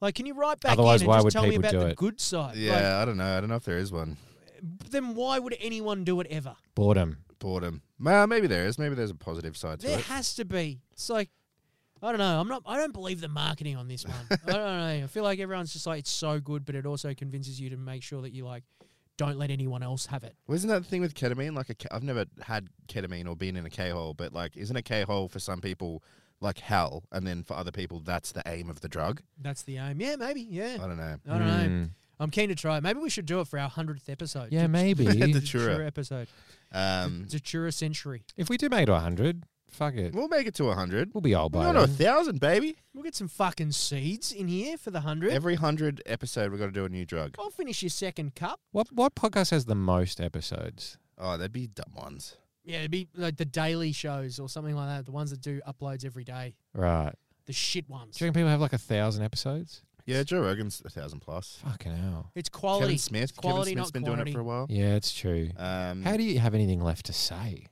S1: Like, can you write back
S3: Otherwise,
S1: in
S3: why
S1: and
S3: would
S1: just tell me
S3: people
S1: about
S3: do
S1: the
S3: it?
S1: good side?
S2: Yeah, I don't know. I don't know if there is one.
S1: Like, then why would anyone do it ever?
S3: Boredom.
S2: Boredom. Well, maybe there is. Maybe there's a positive side to
S1: There
S2: it.
S1: has to be. It's like I don't know. I'm not. I don't believe the marketing on this one.
S2: [laughs]
S1: I don't know. I feel like everyone's just like it's so good, but it also convinces you to make sure that you like don't let anyone else have it.
S2: Well, isn't that the thing with ketamine? Like, a, ke- I've never had ketamine or been in a K hole, but like, isn't a K hole for some people like hell, and then for other people that's the aim of the drug?
S1: That's the aim. Yeah, maybe. Yeah.
S2: I don't know.
S1: I don't
S2: Hmm.
S1: know.
S3: Mm.
S1: I'm keen to try. it. Maybe we should do it for our hundredth episode.
S3: Yeah,
S1: [laughs]
S2: [laughs]
S3: maybe.
S2: The
S1: Datura
S2: Datura.
S1: episode.
S2: Um,
S1: Datura century.
S3: if we do make it to 100, fuck it.
S2: we'll make it to hundred.
S3: We'll be old
S2: We're
S3: by
S2: on to a
S3: then.
S2: thousand, baby.
S1: We'll get some fucking seeds in here for the hundred.
S2: Every hundred episode, we're gonna do a new drug.
S1: I'll finish your second cup.
S3: What, what podcast has the most episodes?
S2: Oh, that'd be dumb ones.
S1: Yeah, it'd be like the daily shows or something like that. The ones that do uploads every day.
S3: Right.
S1: The shit ones.
S3: Do you reckon people have like a thousand episodes?
S2: Yeah, Joe Rogan's a thousand plus.
S3: Fucking hell.
S1: It's quality.
S2: Kevin Smith.
S1: Quality,
S2: Kevin
S1: not
S2: Smith's been doing
S1: quantity.
S2: it for a while.
S3: Yeah, it's true.
S2: Um,
S3: How do you have anything left
S2: [laughs]
S3: to say?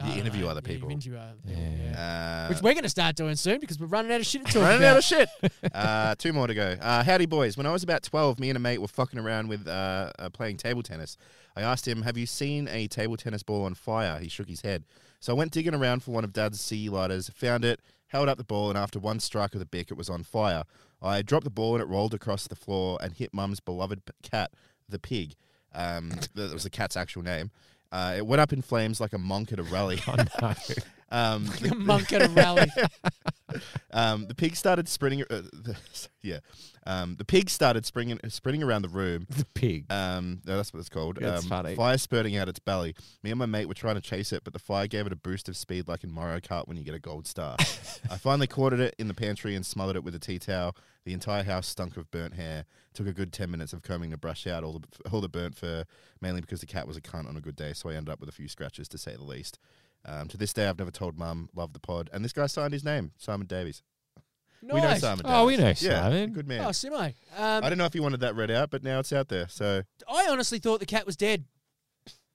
S1: I don't
S2: interview other people.
S1: You interview other people.
S3: Yeah.
S1: yeah.
S2: uh,
S1: Which we're going to start doing soon because we're running out of shit to talk
S2: Running
S1: about. [laughs]
S2: out of shit. uh, two more to go. Uh, howdy, boys. When I was about 12, me and a mate were fucking around with uh, uh, playing table tennis. I asked him, Have you seen a table tennis ball on fire? He shook his head. So I went digging around for one of Dad's sea lighters, found it, held up the ball, and after one strike of the bick, it was on fire. I dropped the ball and it rolled across the floor and hit Mum's beloved p- cat, the pig. Um, that was the cat's actual name. Uh, it went up in flames like a monk at a rally. [laughs]
S3: Oh, No.
S2: Um,
S1: a monk
S2: [laughs]
S1: at a rally.
S2: um, the pig started sprinting. Uh, the, [laughs] yeah, um, the pig started springing, sprinting around the
S3: [laughs]
S2: room.
S3: the
S2: [laughs]
S3: pig.
S2: Um, no, that's what it's called.
S3: That's
S2: um,
S3: funny.
S2: Fire spurting out its belly. Me and my mate were trying to chase it, but the fire gave it a boost of speed, like in Mario Kart when you get a gold
S3: [laughs]
S2: star. I finally caught it in the pantry and smothered it with a tea towel. The entire house stunk of burnt hair. Took a good ten minutes of combing to brush out all the all the burnt fur, mainly because the cat was a cunt on a good day, so I ended up with a few scratches to say the least. Um, to this day, I've never told mum. Love the pod, and this guy signed his name, Simon Davies.
S1: nice.
S2: We know Simon.
S3: Oh, we know
S2: Davis. yeah,
S3: Simon.
S2: Good
S1: Oh,
S2: man.
S1: Simo. Um,
S2: I
S1: I,
S2: don't know if you wanted that read out, but now it's out there. So
S1: honestly thought the cat was dead.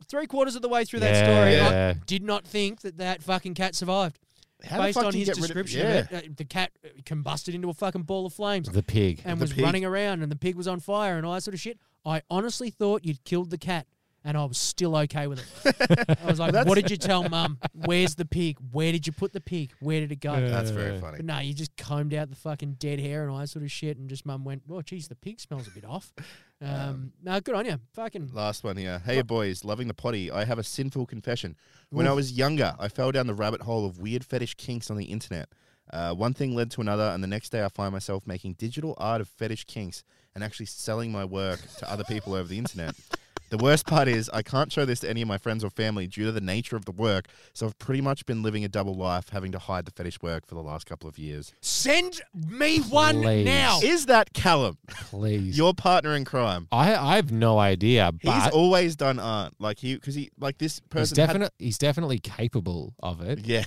S1: Three quarters of the way through that story,
S3: yeah.
S1: I did not think that that fucking cat survived.
S2: how
S1: Based
S2: the fuck
S1: on
S2: do you
S1: his
S2: get rid
S1: description,
S2: Of, yeah.
S1: of it, uh, the cat uh, combusted into a fucking ball of flames
S3: The pig.
S1: and
S2: The
S1: was
S2: pig.
S1: running around, and the pig was on fire and all that sort of shit. I honestly thought you'd killed the cat, and I was still okay with it.
S2: [laughs]
S1: I was like,
S2: Well,
S1: "What did you tell mum? Where's the pig? Where did you put the pig? Where did it go?"
S3: Yeah.
S2: That's very
S3: Uh,
S2: funny.
S1: But no, you just combed out the fucking dead hair and all that sort of shit, and just mum went, "Oh, geez, the pig smells a bit
S2: [laughs]
S1: off." Um, no, good on you, fucking.
S2: Last one here. Hey, boys, loving the potty. I have a sinful confession. When I was younger, I fell down the rabbit hole of weird fetish kinks on the internet. Uh, one thing led to another, and the next day I find myself making digital art of fetish kinks and actually selling my work to other people over the internet. [laughs] The worst part is, I can't show this to any of my friends or family due to the nature of the work, so I've pretty much been living a double life, having to hide the fetish work for the last couple of years.
S1: Send me one
S3: Please.
S1: now.
S2: [laughs] Is that Callum,
S3: Please.
S2: your partner in crime?
S3: I, I have no idea,
S2: He's
S3: but
S2: always done art, like he, because he, like this
S3: he's,
S2: person. had-
S3: definite, he's definitely capable of it.
S2: yeah,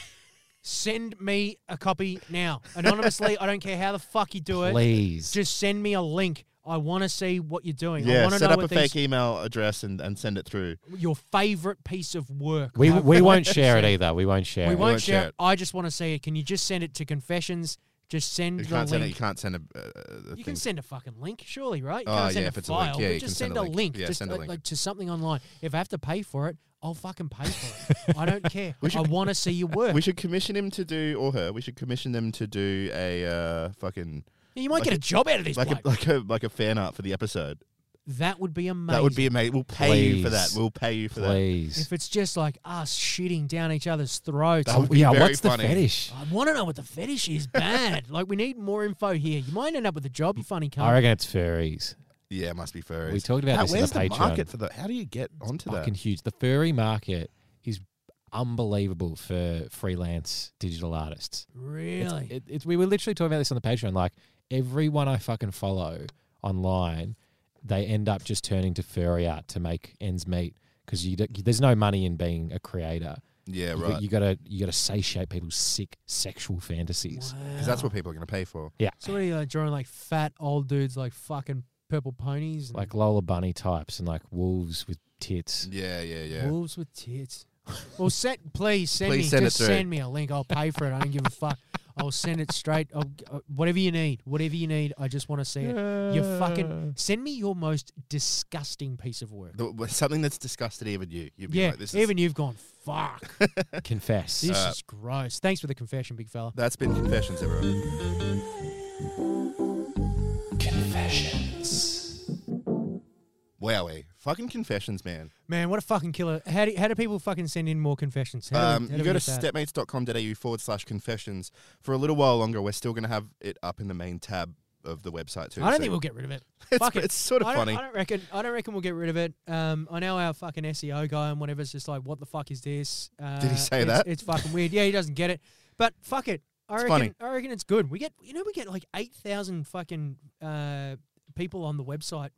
S1: Send me a copy now,
S2: [laughs]
S1: anonymously. I don't care how the fuck you do it.
S3: Please.
S1: Just send me a link. I want to see what you're doing. I
S2: yeah.
S1: want to
S2: Set
S1: know
S2: up a
S1: what
S2: fake e-
S1: these,
S2: email address and, and send it through.
S1: your favorite piece of work.
S3: we,
S1: I want
S2: [laughs]
S3: we won't
S1: to
S3: share it
S1: see
S3: either. We won't share
S1: We
S3: it.
S1: won't,
S2: won't
S1: share
S2: share
S1: it.
S2: it.
S1: I just want to see it. Can you just send it to confessions? Just send
S2: You
S1: the
S2: can't send it. You
S1: link.
S2: can't send a. a, a
S1: You
S2: thing.
S1: can send a fucking link, surely, right? You
S2: Oh,
S1: can't send
S2: yeah,
S1: a
S2: if it's a
S1: file.
S2: link, yeah,
S1: but
S2: you
S1: just
S2: can send
S1: send
S2: a
S1: a
S2: link.
S1: link.
S2: Yeah,
S1: just
S2: send a
S1: like,
S2: link.
S1: like to something online. If I have to pay for it, I'll fucking pay for
S2: [laughs]
S1: it. I don't care. I want to see your work.
S2: we should commission him to do, or her. We should commission them to do a uh, fucking
S1: you might
S2: like
S1: get a,
S2: a-
S1: job out of this
S2: like
S1: bloke.
S2: a like a like a fan art for the episode.
S1: that would be amazing.
S2: That would be amazing. We'll pay you for that.
S3: Please.
S2: We'll pay you for that.
S3: Please.
S1: If it's just like us shitting down each other's throats.
S2: That would be
S3: Oh, yeah,
S2: very
S3: what's
S2: funny.
S3: the fetish?
S1: I want to know what the fetish is bad. like, we need more info here. You might end up with a job, you funny cunt.
S3: I reckon it's furries.
S2: Yeah, it must be furries.
S3: We talked about
S2: How-
S3: this in
S2: where's
S3: the
S2: the,
S3: Patreon.
S2: market for that? How do you get onto that?
S3: Fucking huge. The furry market is unbelievable for freelance digital artists. It's-
S1: Really?
S3: it- it's- we were literally talking about this on the Patreon. Like everyone I fucking follow online, they end up just turning to furry art to make ends meet because you don't- there's no money in being a creator.
S2: Yeah,
S3: You-
S2: right.
S3: You gotta you gotta satiate people's sick sexual fantasies.
S2: Because that's what people are going to pay for.
S3: Yeah,
S1: So, what are you like, drawing like fat old dudes, like fucking purple ponies? And
S3: like Lola Bunny types and like wolves with tits.
S2: Yeah, yeah, yeah.
S1: Wolves with tits. well, send, please send
S2: Please
S1: me.
S2: send it
S1: just
S2: through.
S1: send me a link. I'll pay for it. I don't give a fuck. I'll send it straight. I'll, uh, whatever you need, whatever you need, I just want to see it. You fucking send me your most disgusting piece of work.
S2: The- Something that's disgusted even you. You'd be
S1: yeah,
S2: like, this is
S1: even you've gone fuck.
S3: Confess.
S1: This is
S2: Uh,
S1: gross. Thanks for the confession, big fella.
S2: That's been Confessions, everyone.
S3: Confessions.
S2: Wowie. eh? Fucking Confessions, man.
S1: Man, what a fucking killer. How do, how do people fucking send in more confessions? How do-
S2: Um,
S1: how do
S2: you
S1: we
S2: go to
S1: get that?
S2: stepmates.com.au forward slash confessions. For a little while longer, we're still going to have it up in the main tab of the website, too.
S1: I don't
S2: so
S1: think we'll get rid of it.
S2: [laughs] it's,
S1: Fuck it.
S2: it's sort of
S1: I don't,
S2: funny.
S1: I don't reckon. I don't reckon we'll get rid of it. Um, I know our fucking SEO guy and whatever's just like, what the fuck is this? Uh,
S2: he say
S1: it's-
S2: that?
S1: It's fucking weird. Yeah, he doesn't get it. But fuck it. I
S2: It's
S1: reckon.
S2: funny.
S1: I reckon it's good. We get. You know, we get like eight thousand fucking uh, people on the website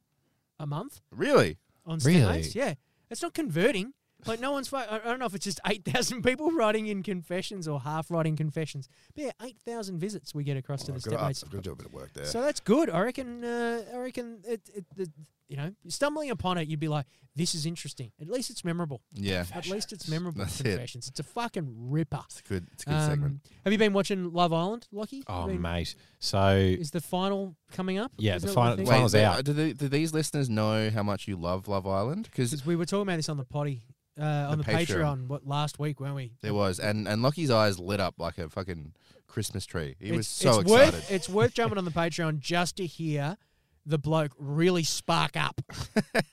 S1: a month
S2: Really?
S1: on
S3: Really?
S1: Stepmates. Yeah, it's not converting. Like no one's. fu- I I don't know if it's just [laughs] eight thousand people writing in confessions or half writing confessions. But yeah, eight thousand visits we get across to
S2: I've
S1: the
S2: got
S1: Stepmates
S2: to do a bit of work there.
S1: so that's good. I reckon. Uh, I reckon it, it, it. You know, stumbling upon it, you'd be like, "This is interesting." At least it's memorable.
S2: yeah.
S1: At least it's memorable.
S2: That's it.
S1: confessions. It's a fucking ripper.
S2: It's a good, it's a good
S1: Um,
S2: segment.
S1: Have you been watching Love Island, Lockie?
S3: Oh,
S1: You been-
S3: mate. So,
S1: Is the final coming up?
S3: Yeah,
S1: Is
S3: the
S1: that what I
S3: final-
S1: think?
S3: Wait. Finals
S2: th-
S3: out.
S2: uh, Do, the, do these listeners know how much you love Love Island? Because
S1: 'Cause we were talking about this on the potty, uh, on the,
S2: The
S1: Patreon,
S2: Patreon.
S1: what last week, weren't we?
S2: there was, and and Lockie's eyes lit up like a fucking Christmas tree. He was so
S1: it's
S2: excited.
S1: Worth, it's worth jumping on the Patreon just to hear the bloke really spark
S2: [laughs]
S1: up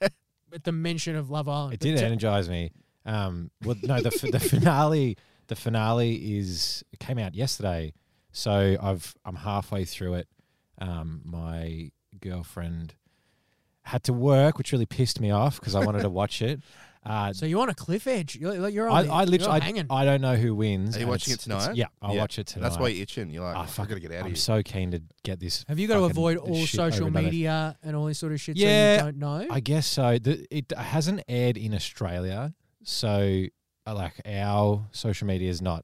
S1: at the mention of Love Island.
S3: it
S1: But uh,
S3: did
S1: to-
S3: energize me. Um, well, no, the, f- the finale, the finale is it came out yesterday, so I've I'm halfway through it. Um, my girlfriend had to work, which really pissed me off because I wanted to
S2: [laughs]
S3: watch it. Uh,
S1: So you're on a cliff edge. You're, like, you're
S3: I,
S1: on. the-
S3: I
S1: you're
S3: literally,
S1: hanging.
S3: I, I don't know who wins.
S2: Are you
S3: and
S2: watching
S3: it's-
S2: it tonight?
S3: it's- Yeah, I'll
S2: Yeah.
S3: watch it tonight.
S2: That's why you're itching. You're like,
S3: Ah,
S2: I
S3: fuck
S2: gotta get out
S3: I'm
S2: of here.
S3: so keen to get this.
S1: Have you got to
S3: fucking-
S1: avoid
S3: this
S1: all
S3: shit
S1: social
S3: over and done with.
S1: media and all this sort of shit?
S3: Yeah.
S1: so you don't know.
S3: I guess so. The, it hasn't aired in Australia, so uh, like our social media is not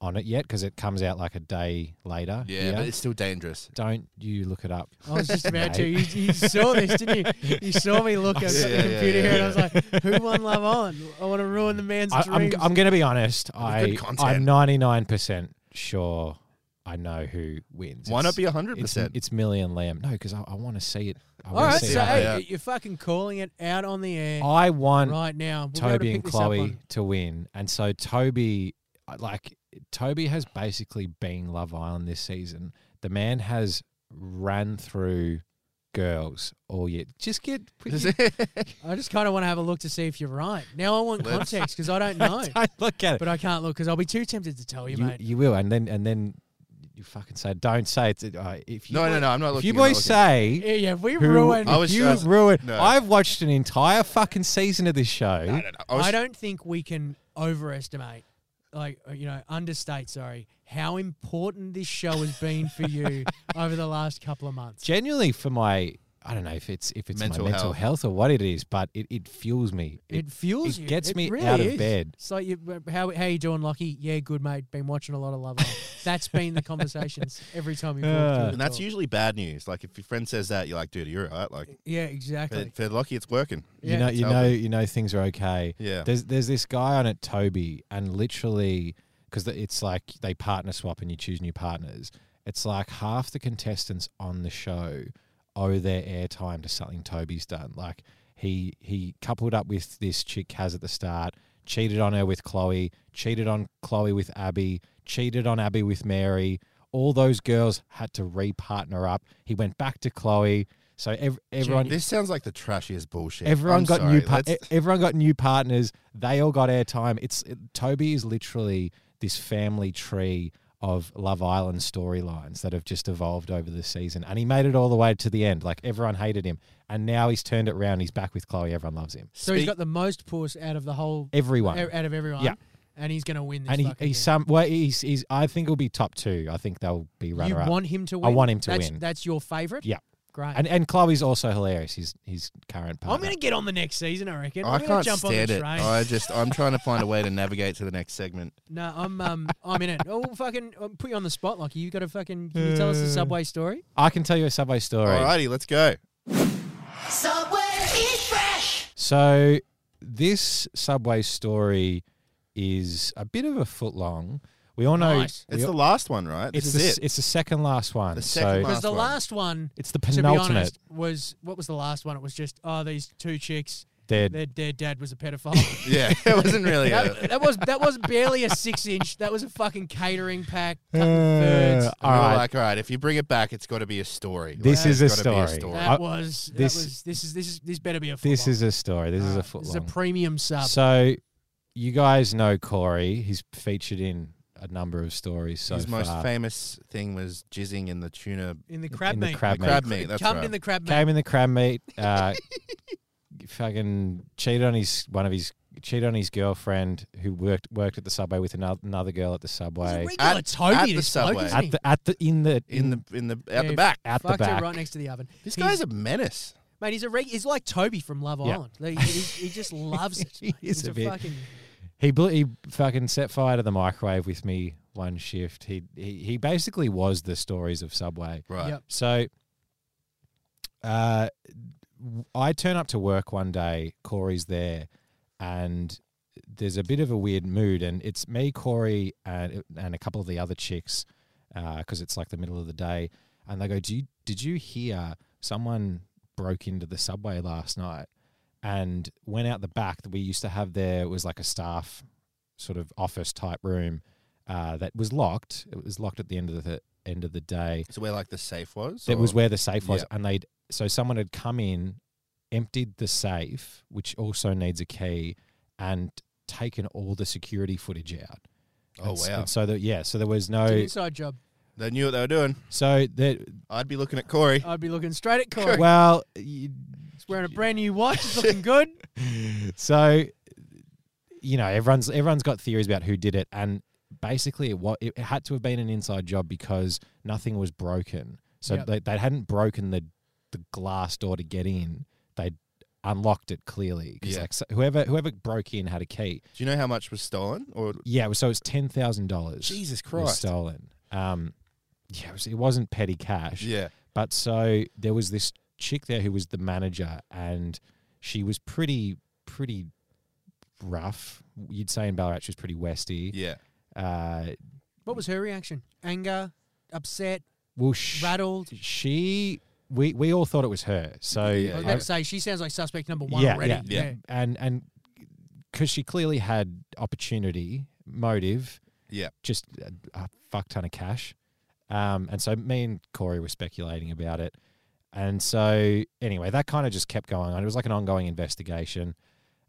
S3: on it yet because it comes out like a day later.
S2: yeah,
S3: here.
S2: but it's still dangerous.
S3: don't you look it up?
S1: I was just about
S3: [laughs]
S1: to. You, you saw this, didn't you? You saw me look at
S2: Yeah,
S1: the
S2: yeah,
S1: computer
S2: yeah,
S1: here, and I was like, "Who won Love Island? I want to ruin the man's
S3: I, I'm,
S1: dreams."
S3: I'm going to be honest.
S2: was
S3: I
S2: good
S3: I'm
S2: content.
S3: 99 percent sure I know who wins.
S2: Why not
S3: It's-
S2: be hundred
S3: It's,
S2: percent?
S3: it's Millie and Liam. No, because I, I want to see it. I
S1: all
S3: wanna
S1: right,
S3: see
S1: so
S3: it.
S1: hey,
S2: Yeah.
S1: you're fucking calling it out on the air
S3: I want
S1: right now. We'll be able to
S3: Toby and
S1: pick this up
S3: Chloe
S1: on-
S3: to win. And so Toby, I- like Toby has basically been Love Island this season. The man has ran through girls all year.
S1: [laughs]
S3: Just get put [laughs] your-
S1: I just kind of want to have a look to see if you're right. Now I want
S2: Let's-
S1: context because I
S3: [laughs]
S1: don't know,
S3: Don't look at it.
S1: but I can't look because I'll be too tempted to tell you,
S3: You,
S1: mate.
S3: you will, and then and then you fucking say, "Don't say it's uh, if
S2: [laughs]
S3: you
S2: no, no, no. I'm not
S3: if
S2: looking.
S3: you
S2: I'm not
S3: boys
S2: looking.
S3: say."
S1: Yeah, yeah, we
S3: Who,
S1: ruined.
S2: I
S3: if
S2: was-
S3: you
S2: I was-
S3: ruin.
S2: no.
S3: I've watched an entire fucking season of this show.
S2: No, no, no. I
S1: I,
S2: was,
S1: don't think we can overestimate, like uh, you know, understate. Sorry, how important this show has been for
S3: [laughs]
S1: you over the last couple of months.
S3: Genuinely, for my, I don't know if it's if it's
S2: Mental
S3: my mental
S2: health.
S3: health. or what it is, but it, it fuels me.
S1: It fuels
S3: it
S1: you.
S3: gets
S1: It
S3: me
S1: really
S3: out of
S1: is.
S3: bed.
S1: It's like you, uh, how how you doing, Lockie? Yeah, good mate. Been watching a lot of Love Island. That's been the conversations every time you've
S3: [laughs]
S1: walked through.
S3: Uh,
S1: the
S2: and that's
S1: door.
S2: usually bad news. Like if your friend says that, you're like, dude, you're right. Like,
S1: Yeah, exactly.
S2: but for Lockie, it's working.
S1: Yeah.
S3: you know, you
S2: Tell
S3: know,
S2: them.
S3: you know, things are okay.
S2: Yeah.
S3: There's there's this guy on it, Toby, and literally because it's like they partner swap and you choose new partners. It's like half the contestants on the show owe their airtime to something Toby's done. Like he he coupled up with this chick Has at the start, cheated on her with Chloe, cheated on Chloe with Abby, cheated on Abby with Mary. All those girls had to repartner up. He went back to Chloe. So ev- everyone
S2: This sounds like the trashiest bullshit.
S3: Everyone
S2: I'm
S3: got
S2: sorry.
S3: new par-
S2: Let's-
S3: e- everyone got new partners. They all got airtime. It's it, Toby is literally this family tree of Love Island storylines that have just evolved over the season, and he made it all the way to the end. Like everyone hated him, and now he's turned it around. He's back with Chloe. Everyone loves him.
S1: so he's got the most push out of the whole,
S3: Everyone.
S1: e- out of everyone.
S3: Yeah.
S1: and he's gonna win this.
S3: and he,
S1: fucking
S3: he's
S1: thing.
S3: some. Well, he's, he's. I think he'll be top two. I think they'll be
S1: you
S3: runner up.
S1: want him to
S3: I
S1: win.
S3: want him to
S1: that's,
S3: win.
S1: That's your favorite.
S3: Yeah.
S1: great.
S3: and and Chloe's also hilarious. His his current partner.
S1: I'm gonna get on the next season. I reckon.
S2: I
S1: I'm gonna
S2: can't
S1: jump
S2: stand
S1: on the
S2: it.
S1: train.
S2: I just, I'm trying to find a way to navigate to the next segment.
S1: No, I'm um, I'm
S3: [laughs]
S1: in it. Oh, fucking, I'll put you on the spot, Lucky. You got to fucking can you tell
S3: Uh,
S1: us the subway story.
S3: I can tell you a subway story.
S2: Alrighty, let's go.
S4: Subway is fresh.
S3: So this subway story is a bit of a foot long, We all know
S1: Nice.
S3: we
S2: It's
S3: all-
S2: the last one, right? This
S3: it's
S2: is
S3: the,
S2: it.
S3: s- it's the second last one.
S2: The
S3: so
S2: second
S1: Because
S2: last
S1: the
S2: one.
S1: last one,
S3: it's the
S1: to be
S3: penultimate.
S1: honest, was what was the last one? It was just oh, these two chicks,
S3: Dead. [laughs]
S1: their their dad was a pedophile.
S2: yeah, [laughs] it wasn't
S1: [laughs]
S2: really. a,
S1: that, that was that was barely a six inch. That was a fucking catering pack. Cutting
S3: Uh,
S1: thirds.
S3: all
S2: we were
S3: right.
S2: like, all right, if you bring it back, it's got to be a story.
S3: This
S2: Like,
S3: is
S2: it's
S3: a
S2: gotta be
S3: story.
S1: That
S3: I-
S1: was that
S3: this-
S1: was this is this is this better be a.
S3: this
S1: footlong.
S3: is a story. This is
S1: Uh,
S3: a foot
S1: This is a
S3: long.
S1: premium sub.
S3: so you guys know Corey. He's featured in a number of stories so
S2: His
S3: far.
S2: most famous thing was jizzing in the tuna,
S1: in the crab
S3: in the
S1: meat.
S3: crab
S2: the
S3: meat.
S2: crab meat. That's
S1: Cummed
S2: right.
S1: in the crab meat.
S3: Came in the crab meat. Uh, fucking cheated on his one of his cheated on his girlfriend who worked worked at the subway with another, another girl at the
S1: He's a
S3: subway.
S1: regular
S2: At-
S1: Toby,
S2: at the
S1: this bloke,
S2: Subway.
S1: isn't he?
S3: At the at the in the
S2: in the in the out
S1: Yeah,
S2: the back.
S3: at the
S1: Fucked
S3: back.
S1: it right next to the oven.
S2: This
S1: He's-
S2: guy's a menace.
S1: Mate, he's a reg- he's like Toby from Love
S3: Yeah.
S1: Island. Like, he, he- he
S3: [laughs]
S1: just loves it.
S3: He
S1: mate.
S3: is
S1: he's
S3: a
S1: a,
S3: bit-
S1: fucking
S3: He blew, he fucking set fire to the microwave with me one shift. He he, he basically was the stories of Subway.
S2: Right.
S1: Yep.
S3: So uh, I turn up to work one day, Corey's there, and there's a bit of a weird mood. And it's me, Corey, and, and a couple of the other chicks, because it's like the middle of the day. And they go, Do you, Did you hear someone broke into the subway last night and went out the back that we used to have there? It was like a staff sort of office type room. Uh, that was locked. It was locked at the end of the end of the day,
S2: So where like the safe was.
S3: that
S2: or-
S3: was where the safe was,
S2: Yeah.
S3: and they'd so someone had come in, emptied the safe, which also needs a key, and taken all the security footage out.
S2: Oh
S3: And s-
S2: wow!
S3: And so that yeah, so there was
S1: it's an
S3: no
S1: inside job.
S2: They knew what they were doing.
S3: so that
S2: [laughs] I'd be looking at Corey.
S1: I'd be looking straight at Corey.
S3: well you,
S1: He's wearing a brand new watch. He's
S2: [laughs]
S1: looking good.
S3: so you know everyone's everyone's got theories about who did it, and basically it wa it had to have been an inside job because nothing was broken, so
S1: Yep.
S3: they they hadn't broken the the glass door to get in. They would unlocked it clearly because
S2: Yeah.
S3: like so- whoever whoever broke in had a key.
S2: Do you know how much was stolen? Or
S3: Yeah, so it's ten thousand dollars.
S2: Jesus
S3: was
S2: Christ!
S3: stolen. Um, yeah, it, was, it wasn't petty cash.
S2: Yeah.
S3: But so there was this chick there who was the manager, and she was pretty, pretty rough. You'd say in Ballarat, she was pretty westy.
S2: Yeah.
S3: Uh,
S1: What was her reaction? Anger, upset,
S3: well, sh-
S1: rattled.
S3: she, we, we all thought it was her. So
S1: I
S2: Yeah,
S1: was
S2: yeah.
S1: about to say she sounds like suspect number one
S3: Yeah,
S1: already.
S3: yeah,
S2: yeah.
S3: and and because she clearly had opportunity, motive,
S2: Yeah.
S3: just a, a fuck ton of cash, um, and so me and Corey were speculating about it, and so anyway, that kind of just kept going on. It was like an ongoing investigation.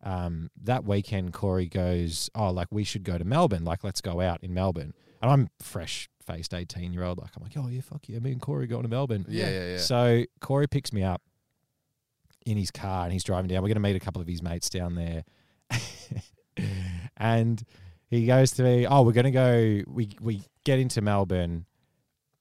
S3: Um, that weekend, Corey goes, "Oh, like we should go to Melbourne. Like let's go out in Melbourne." And I'm fresh faced eighteen year old. Like I'm like, "Oh yeah, fuck yeah, me and Corey going to Melbourne."
S2: Yeah. Yeah. Yeah.
S3: So Corey picks me up in his car and he's driving down. We're going to meet a couple of his mates down there. [laughs] and he goes to me, Oh, we're going to go, we, we get into Melbourne.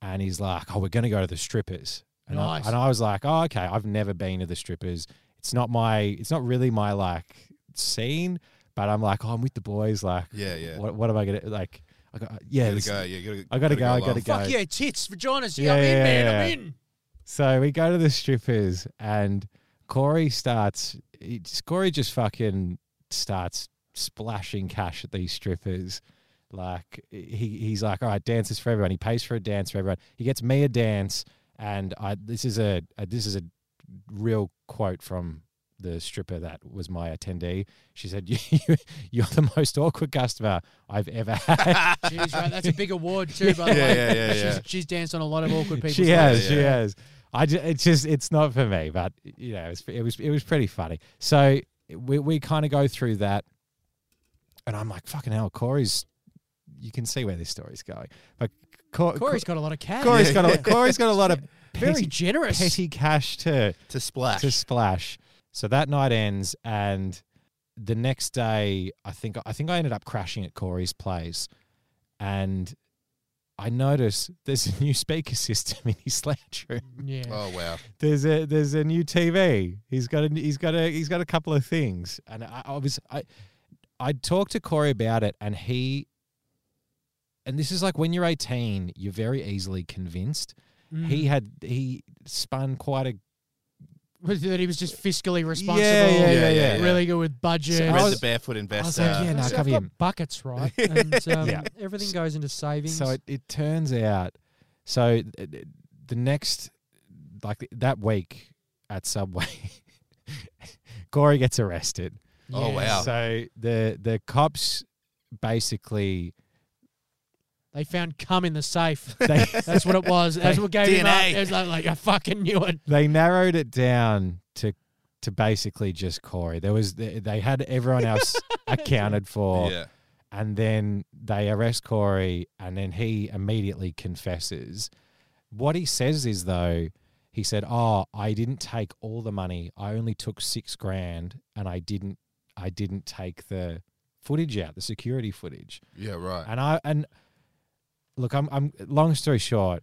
S3: And he's like, Oh, we're going to go to the strippers. And,
S1: Nice.
S3: I, and I was like, Oh, okay. I've never been to the strippers. It's not my, it's not really my like scene, but I'm like, Oh, I'm with the boys. Like,
S2: yeah. Yeah.
S3: what, what am I going to, like, I got, yeah,
S2: gotta
S3: this-
S2: go. Yeah. Gotta,
S3: I gotta go, I gotta
S2: along.
S3: go.
S1: Fuck yeah, tits, vaginas. Yeah,
S3: Yeah,
S1: I'm in,
S3: yeah,
S1: man.
S3: yeah.
S1: I'm in.
S3: So we go to the strippers, and Corey starts. He, Corey just fucking starts splashing cash at these strippers. Like he, he's like, all right, dances for everyone. He pays for a dance for everyone. He gets me a dance, and I. This is a, a this is a real quote from the stripper that was my attendee. She said, [laughs] you, you, "You're the most awkward customer I've ever had."
S1: Jeez, right, that's a big award
S3: [laughs]
S1: too. By the
S2: Yeah.
S1: way,
S2: Yeah. Yeah. Yeah.
S1: She's, she's danced on a lot of awkward people.
S3: she has,
S2: yeah.
S3: she has. I ju- it's just it's not for me, but you know, it was it was, it was pretty funny. So we we kind of go through that, and I'm like, fucking hell, Corey's. You can see where this story's going, but Cor-
S1: Corey's got a lot of cash.
S3: Corey's got
S2: [laughs] Yeah.
S3: a, Corey's got a lot of
S1: very
S3: petty,
S1: generous.
S3: petty cash to
S2: To splash.
S3: to splash. So that night ends, and the next day, I think I think I ended up crashing at Corey's place, and I notice there's a new speaker system in his lounge room.
S1: Yeah.
S2: oh wow.
S3: There's a there's a new TV. He's got a he's got a he's got a couple of things, and I, I was I I talked to Corey about it, and he. And this is like when you're 18, you're very easily convinced.
S1: Mm.
S3: He had he spun quite a
S1: was that he was just fiscally responsible.
S3: yeah,
S2: yeah, yeah, yeah.
S1: Really good with budget.
S3: So I
S2: Read
S3: was-
S2: the barefoot
S3: I was
S2: investor.
S3: like, yeah, no,
S1: I've
S3: cover
S1: got
S3: him.
S1: buckets, right? And um,
S3: [laughs] Yeah.
S1: everything goes into savings.
S3: So it, it turns out, so it- it- the next, like that week at Subway, [laughs] Corey gets arrested.
S2: Oh, wow.
S3: So the the cops basically
S1: They found cum in the safe.
S3: [laughs] they
S1: That's what it was. That's what gave him up.
S2: DNA.
S1: It was like, like, I fucking knew it.
S3: they narrowed it down to to basically just Corey. There was they, they had
S2: [laughs]
S3: everyone else accounted for,
S2: Yeah.
S3: and then they arrest Corey, and then he immediately confesses. What he says is though, he said, "Oh, I didn't take all the money. I only took six grand, and I didn't I didn't take the footage out, the security footage."
S2: Yeah, right.
S3: And I and look, I'm I'm long story short,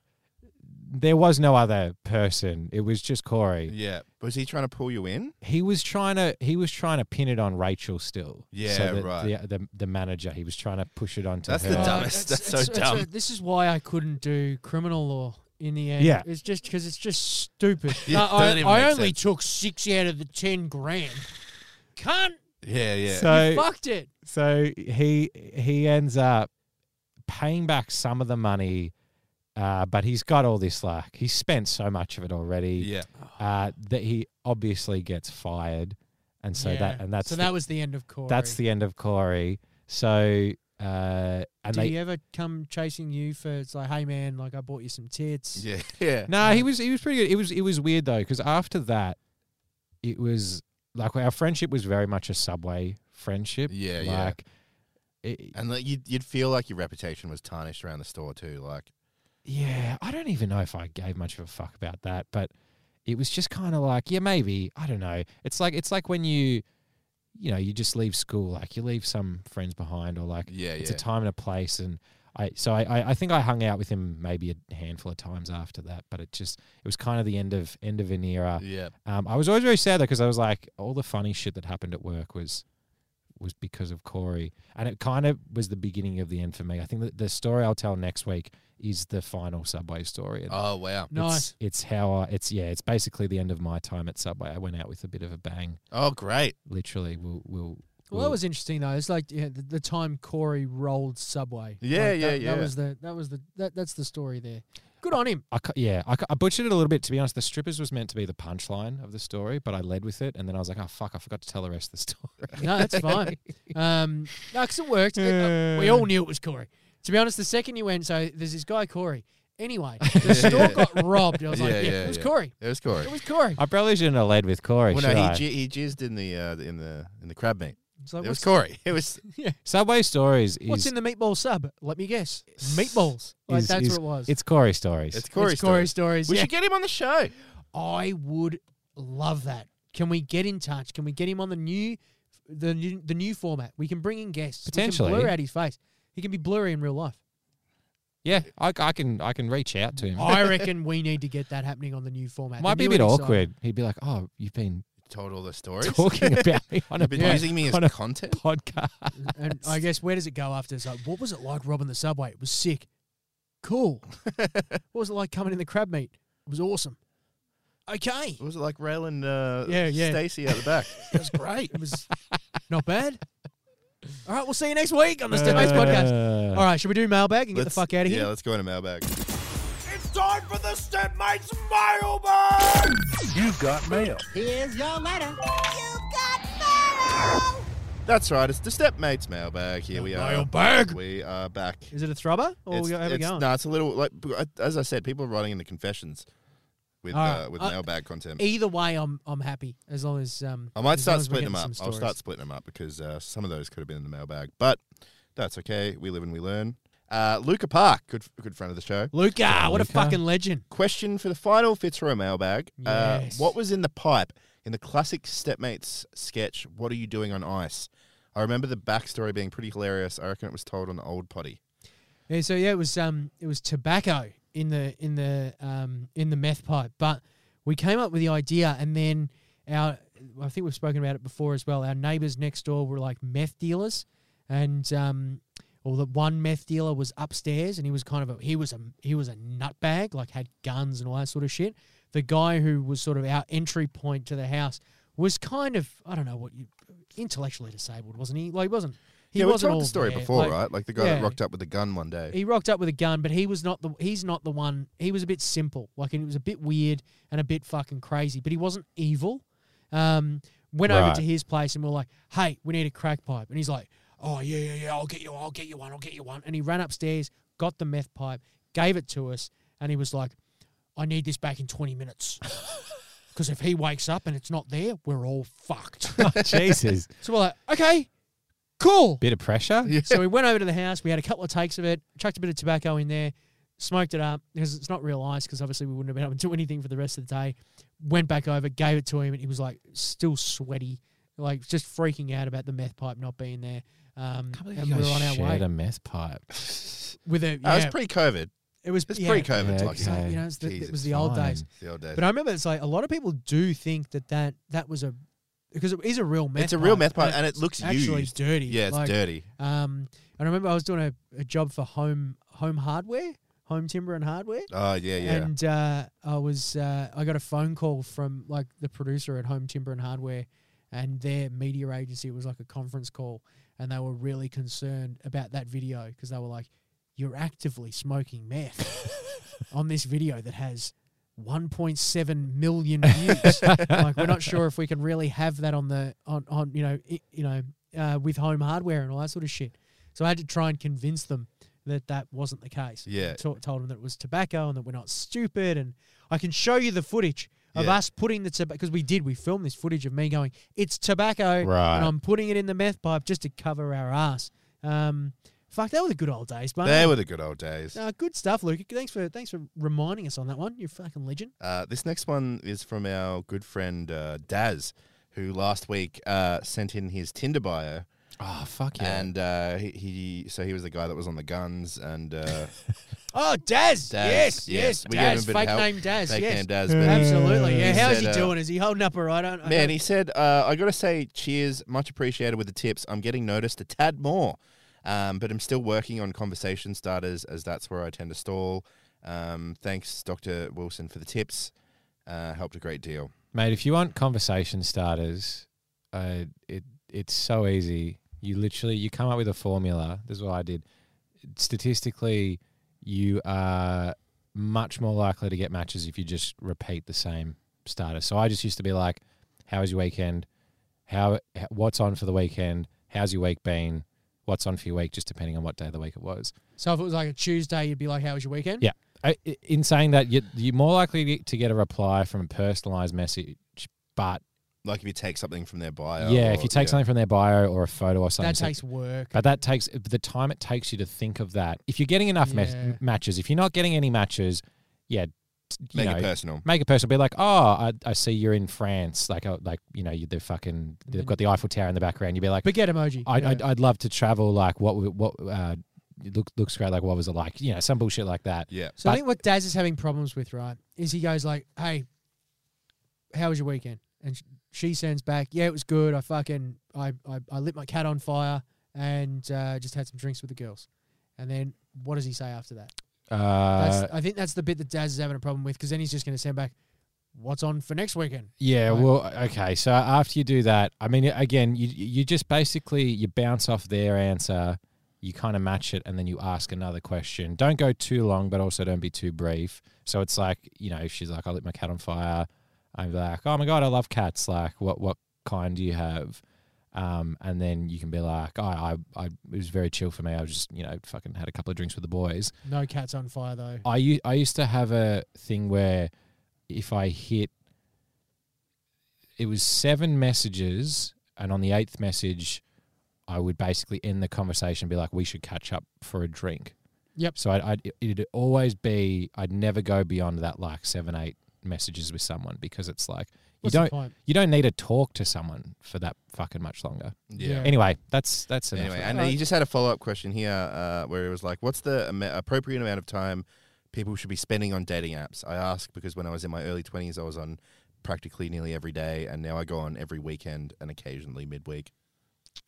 S3: there was no other person. It was just Corey.
S2: Yeah. Was he trying to pull you in?
S3: He was trying to he was trying to pin it on Rachel still.
S2: Yeah,
S3: so that
S2: right.
S3: The, the the manager, he was trying to push it onto
S2: That's
S3: her.
S2: the
S1: Oh,
S2: dumbest. That's so dumb.
S1: a- this is why I couldn't do criminal law in the end.
S3: Yeah.
S1: It's just because it's just stupid.
S2: [laughs] Yeah,
S1: No, I,
S2: don't even
S1: I
S2: make
S1: only
S2: sense.
S1: took six out of the ten grand. Cunt.
S2: Yeah, yeah.
S3: So
S1: Fucked it.
S3: so he he ends up paying back some of the money uh, but he's got all this like he's spent so much of it already
S2: yeah.
S3: uh, that he obviously gets fired and so that
S1: Yeah.
S3: and that's
S1: so
S3: the-
S1: that was the end of Corey.
S3: That's the end of Corey. So uh, and
S1: Did
S3: they
S1: he ever come chasing you for? It's like, hey man, like I bought you some tits.
S2: Yeah. Yeah.
S3: no, he was he was pretty good. It was it was weird though because after that, it was like our friendship was very much a subway friendship.
S2: Yeah, yeah.
S3: like, It,
S2: And like you'd, you'd feel like your reputation was tarnished around the store too. Like,
S3: yeah, I don't even know if I gave much of a fuck about that, but it was just kind of like, yeah, maybe I don't know. It's like it's like when you, you know, you just leave school, like you leave some friends behind, or like
S2: yeah,
S3: it's
S2: yeah.
S3: a time and a place and I so I, I I think I hung out with him maybe a handful of times after that but it just it was kind of the end of end of an era
S2: yeah.
S3: um, I was always very sad though because I was like all the funny shit that happened at work was was because of Corey and it kind of was the beginning of the end for me I think that the story I'll tell next week is the final subway story and
S2: Oh wow.
S1: Nice.
S3: it's, it's how I it's yeah it's basically the end of my time at subway I went out with a bit of a bang
S2: Oh great.
S3: literally we'll we'll
S1: Well, that was interesting though. It's like yeah, the, the time Corey rolled Subway.
S2: Yeah,
S1: Like,
S2: yeah,
S1: that,
S2: yeah.
S1: That was the that was the that, that's the story there. Good on him.
S3: I, cu- yeah, I, cu- I butchered it a little bit. To be honest, the strippers was meant to be the punchline of the story, but I led with it, and then I was like, "Oh fuck, I forgot to tell the rest of the story."
S1: No, that's fine. Um, no, 'cause it worked. It- uh, we all knew it was Corey. To be honest, the second you went, so there's this guy Corey. Anyway, the store got robbed. I was like,
S2: Yeah,
S1: yeah,
S2: yeah,
S1: it was
S2: yeah.
S1: Corey.
S2: It was Corey.
S1: It was Corey.
S3: I probably shouldn't have led with Corey.
S2: Well,
S3: should
S2: no,
S3: I?
S2: he, ji- he jizzed in the uh, in the in the crab meat.
S1: It's like,
S2: It was
S1: what's,
S2: Corey. It was
S3: Subway stories is
S1: what's in the meatball sub? Let me guess. Meatballs. Like
S3: is-
S1: that's
S3: is-
S1: what it was.
S3: It's Corey stories.
S2: it's Corey.
S1: Corey, Corey stories.
S2: We
S1: yeah.
S2: should get him on the show.
S1: I would love that. Can we get in touch? Can we get him on the new, the new, the new format? We can bring in guests. we can
S3: Potentially.
S1: blur out his face. He can be blurry in real life.
S3: yeah, I, I can I can reach out to him.
S1: I reckon we need to get that happening on the new format.
S3: Might be
S1: The new
S3: a bit
S1: and exciting.
S3: awkward. He'd be like, "Oh, you've been
S2: Told all the stories.
S3: talking about me on a
S2: You've been
S3: pod-
S2: using me
S3: on
S2: as
S3: a
S2: content.
S3: podcast."
S1: And I guess where does it go after? It's like, what was it like robbing the subway? It was sick.
S3: [laughs]
S1: Cool. what was it like coming in the crab meat? It was awesome. Okay.
S2: What was it like railing uh,
S1: Yeah, yeah.
S2: Stacy out the back?
S1: It was great. It
S3: [laughs]
S1: was not bad. All right, we'll see you next week on the Step Mates podcast.
S3: Uh,
S1: All right, should we do mailbag and get the
S2: Let's-
S1: fuck out of here?
S2: Yeah, let's go into mailbag.
S4: Here's your letter. You've got mail.
S2: That's right. It's the Stepmates mailbag. Here we are.
S1: Mailbag.
S2: We are back.
S1: Is it a throbber? Or
S2: it's,
S1: we Oh, have it
S2: it's-
S1: going?
S2: No, it's a little like uh, as I said, people are writing in the confessions with
S1: All right.
S2: uh, with
S1: Uh,
S2: mailbag content.
S1: Either way, I'm I'm happy as long as um.
S2: I might
S1: as long
S2: start
S1: as we're
S2: splitting them up.
S1: getting some
S2: I'll start
S1: stories.
S2: splitting them up because uh, some of those could have been in the mailbag, but that's okay. We live and we learn. Uh, Luca Park, good good friend of the show.
S1: Luca, what a
S3: Luca.
S1: fucking legend!
S2: Question for the final Fitzroy mailbag: uh,
S1: Yes.
S2: What was in the pipe in the classic Stepmates sketch? What are you doing on ice? I remember the backstory being pretty hilarious. I reckon it was told on the old potty.
S1: Yeah, so yeah, it was um, it was tobacco in the in the um in the meth pipe, but we came up with the idea, and then our I think we've spoken about it before as well. Our neighbors next door were like meth dealers, and um, or the one meth dealer was upstairs, and he was kind of a he was a he was a nutbag, like had guns and all that sort of shit. the guy who was sort of our entry point to the house was kind of I don't know what you intellectually disabled, wasn't he? Like wasn't he
S2: yeah, we
S1: wasn't
S2: told
S1: all
S2: the story
S1: there.
S2: before,
S1: Like,
S2: right? Like the guy
S1: yeah.
S2: that rocked up with a gun one day.
S1: He rocked up with a gun, but he was not the he's not the one. He was a bit simple, like and it was a bit weird and a bit fucking crazy, but he wasn't evil. Um, went over
S3: Right.
S1: to his place and we are like, "Hey, we need a crack pipe," and he's like, "Oh yeah, yeah, yeah, I'll get you, I'll get you one, I'll get you one." And he ran upstairs, got the meth pipe, gave it to us, and he was like, "I need this back in twenty minutes." Because if he wakes up and it's not there, we're all fucked. [laughs]
S3: Jesus.
S1: so we're like, okay, cool.
S3: Bit
S1: [laughs]
S3: of pressure?
S2: Yeah.
S1: So we went over to the house. We had a couple of takes of it, chucked a bit of tobacco in there, smoked it up because it's not real ice because obviously we wouldn't have been able to do anything for the rest of the day. Went back over, gave it to him, and he was like still sweaty, like just freaking out about the meth pipe not being there. Um, and we
S3: You
S1: were
S3: guys
S1: on our
S3: shared
S1: way
S3: a meth pipe.
S2: [laughs]
S1: with a.
S2: That was
S1: yeah,
S2: pre-COVID.
S1: it was
S2: It's
S1: yeah,
S2: pre-COVID,
S3: Yeah,
S2: like
S1: so, you know, it was, the, it
S2: Jesus,
S1: was the old
S3: fine.
S1: days.
S2: the old days.
S1: But I remember it's like a lot of people do think that that, that was a because it is a real meth.
S2: it's a real meth pipe,
S1: and
S2: and it looks
S1: it's actually
S2: used.
S1: dirty.
S2: Yeah, it's
S1: Like,
S2: dirty.
S1: Um, and I remember I was doing a, a job for home home hardware, home timber and hardware.
S2: Oh yeah, yeah.
S1: And uh, I was uh, I got a phone call from like the producer at Home Timber and Hardware, and their media agency was like a conference call, and they were really concerned about that video because they were like, "You're actively smoking meth on this video that has." 1.7 million views. like we're not sure if we can really have that on the on on you know i, you know uh, with home hardware and all that sort of shit. So I had to try and convince them that that wasn't the case
S2: yeah.
S1: to- told him that it was tobacco and that we're not stupid. And I can show you the footage of
S2: Yeah.
S1: us putting the tobacco because we did. We filmed this footage of me going, "It's tobacco,"
S3: Right.
S1: and I'm putting it in the meth pipe just to cover our ass. Um, fuck, that were the good old days, but
S2: They were the good old days.
S1: good stuff, Luke. Thanks for thanks for reminding us on that one. You're a fucking legend.
S2: Uh, this next one is from our good friend uh, Daz, who last week uh, sent in his Tinder bio,
S3: Oh, fuck yeah.
S2: and uh, he, he so he was the guy that was on the guns, and uh,
S1: Oh, Daz, yes,
S2: Daz,
S1: yes,
S2: yeah. We gave him
S1: Daz,
S2: a bit of
S1: fake
S2: help.
S1: name Daz, [laughs]
S2: fake
S1: yes,
S2: name Daz, but
S1: absolutely. Yeah,
S2: He
S1: how's
S2: said,
S1: he
S2: uh,
S1: doing? Is he holding up all right? I don't, I
S2: Man,
S1: don't-
S2: he said, uh, I got to say, cheers, much appreciated with the tips. I'm getting noticed a tad more, um, but I'm still working on conversation starters as that's where I tend to stall. Um, thanks, Dr. Wilson, for the tips. Uh, helped a great deal.
S3: Mate, if you want conversation starters, uh, it it's so easy. You literally you come up with a formula. This is what I did. Statistically, you are much more likely to get matches if you just repeat the same starter. So I just used to be like, "How was your weekend? How h- what's on for the weekend? How's your week been? What's on for your week?" Just depending on what day of the week it was.
S1: so if it was like a Tuesday, you'd be like, "How was your weekend?"
S3: Yeah. I, i- in saying that, you're, you're more likely to get a reply from a personalized message, but
S2: Like if you take something from their bio.
S3: yeah,
S2: or-
S3: if you take
S2: Oh, yeah.
S3: something from their bio or a photo or something.
S1: that
S3: so-
S1: takes work.
S3: but that takes the time it takes you to think of that. If you're getting enough ma-
S1: Yeah.
S3: matches, if you're not getting any matches, yeah, t- you
S2: make
S3: know,
S2: it personal.
S3: make it personal. Be like, oh, I, I see you're in France. Like, oh, like you know, you, they're fucking, they've got the Eiffel Tower in the background. You'd be like,
S1: Baguette emoji.
S3: I'd,
S1: Yeah.
S3: I'd, I'd love to travel. Like, what, w- what, uh, it look, looks great. Like, what was it like? You know, some bullshit like that.
S2: Yeah.
S1: So I
S3: But-
S1: think what Daz is having problems with, right, is he goes like, "Hey, how was your weekend?" And sh- she sends back, "Yeah, it was good. I fucking I I, I lit my cat on fire and uh, just had some drinks with the girls." And then what does he say after that? That's,
S3: Uh,
S1: I think that's the bit that Daz is having a problem with because then he's just going to send back, "What's on for next weekend?"
S3: Yeah,
S1: Right.
S3: well, okay. So after you do that, I mean, again, you you just basically you bounce off their answer, you kind of match it, and then you ask another question. Don't go too long, but also don't be too brief. So it's like you know, if she's like, "I lit my cat on fire," I'm like, "Oh my god, I love cats!" Like, what what kind do you have? Um, and then you can be like, oh, I, I, it was very chill for me. I was just, you know, fucking had a couple of drinks with the boys.
S1: No cat's on fire though.
S3: I u- I used to have a thing where if I hit, it was seven messages, and on the eighth message, I would basically end the conversation, and be like, "We should catch up for a drink."
S1: Yep.
S3: So I'd, I'd it'd always be I'd never go beyond that like seven eight messages with someone because it's like
S1: What's
S3: you
S1: the
S3: don't
S1: point?
S3: you don't need to talk to someone for that fucking much longer.
S1: Yeah.
S2: Yeah.
S3: Anyway, that's that's enough.
S2: Anyway,
S3: of
S2: and
S3: that.
S2: he just had a follow up question here uh, where it was like, what's the ama- appropriate amount of time people should be spending on dating apps? I ask because when I was in my early 20s, I was on practically nearly every day, and now I go on every weekend and occasionally midweek.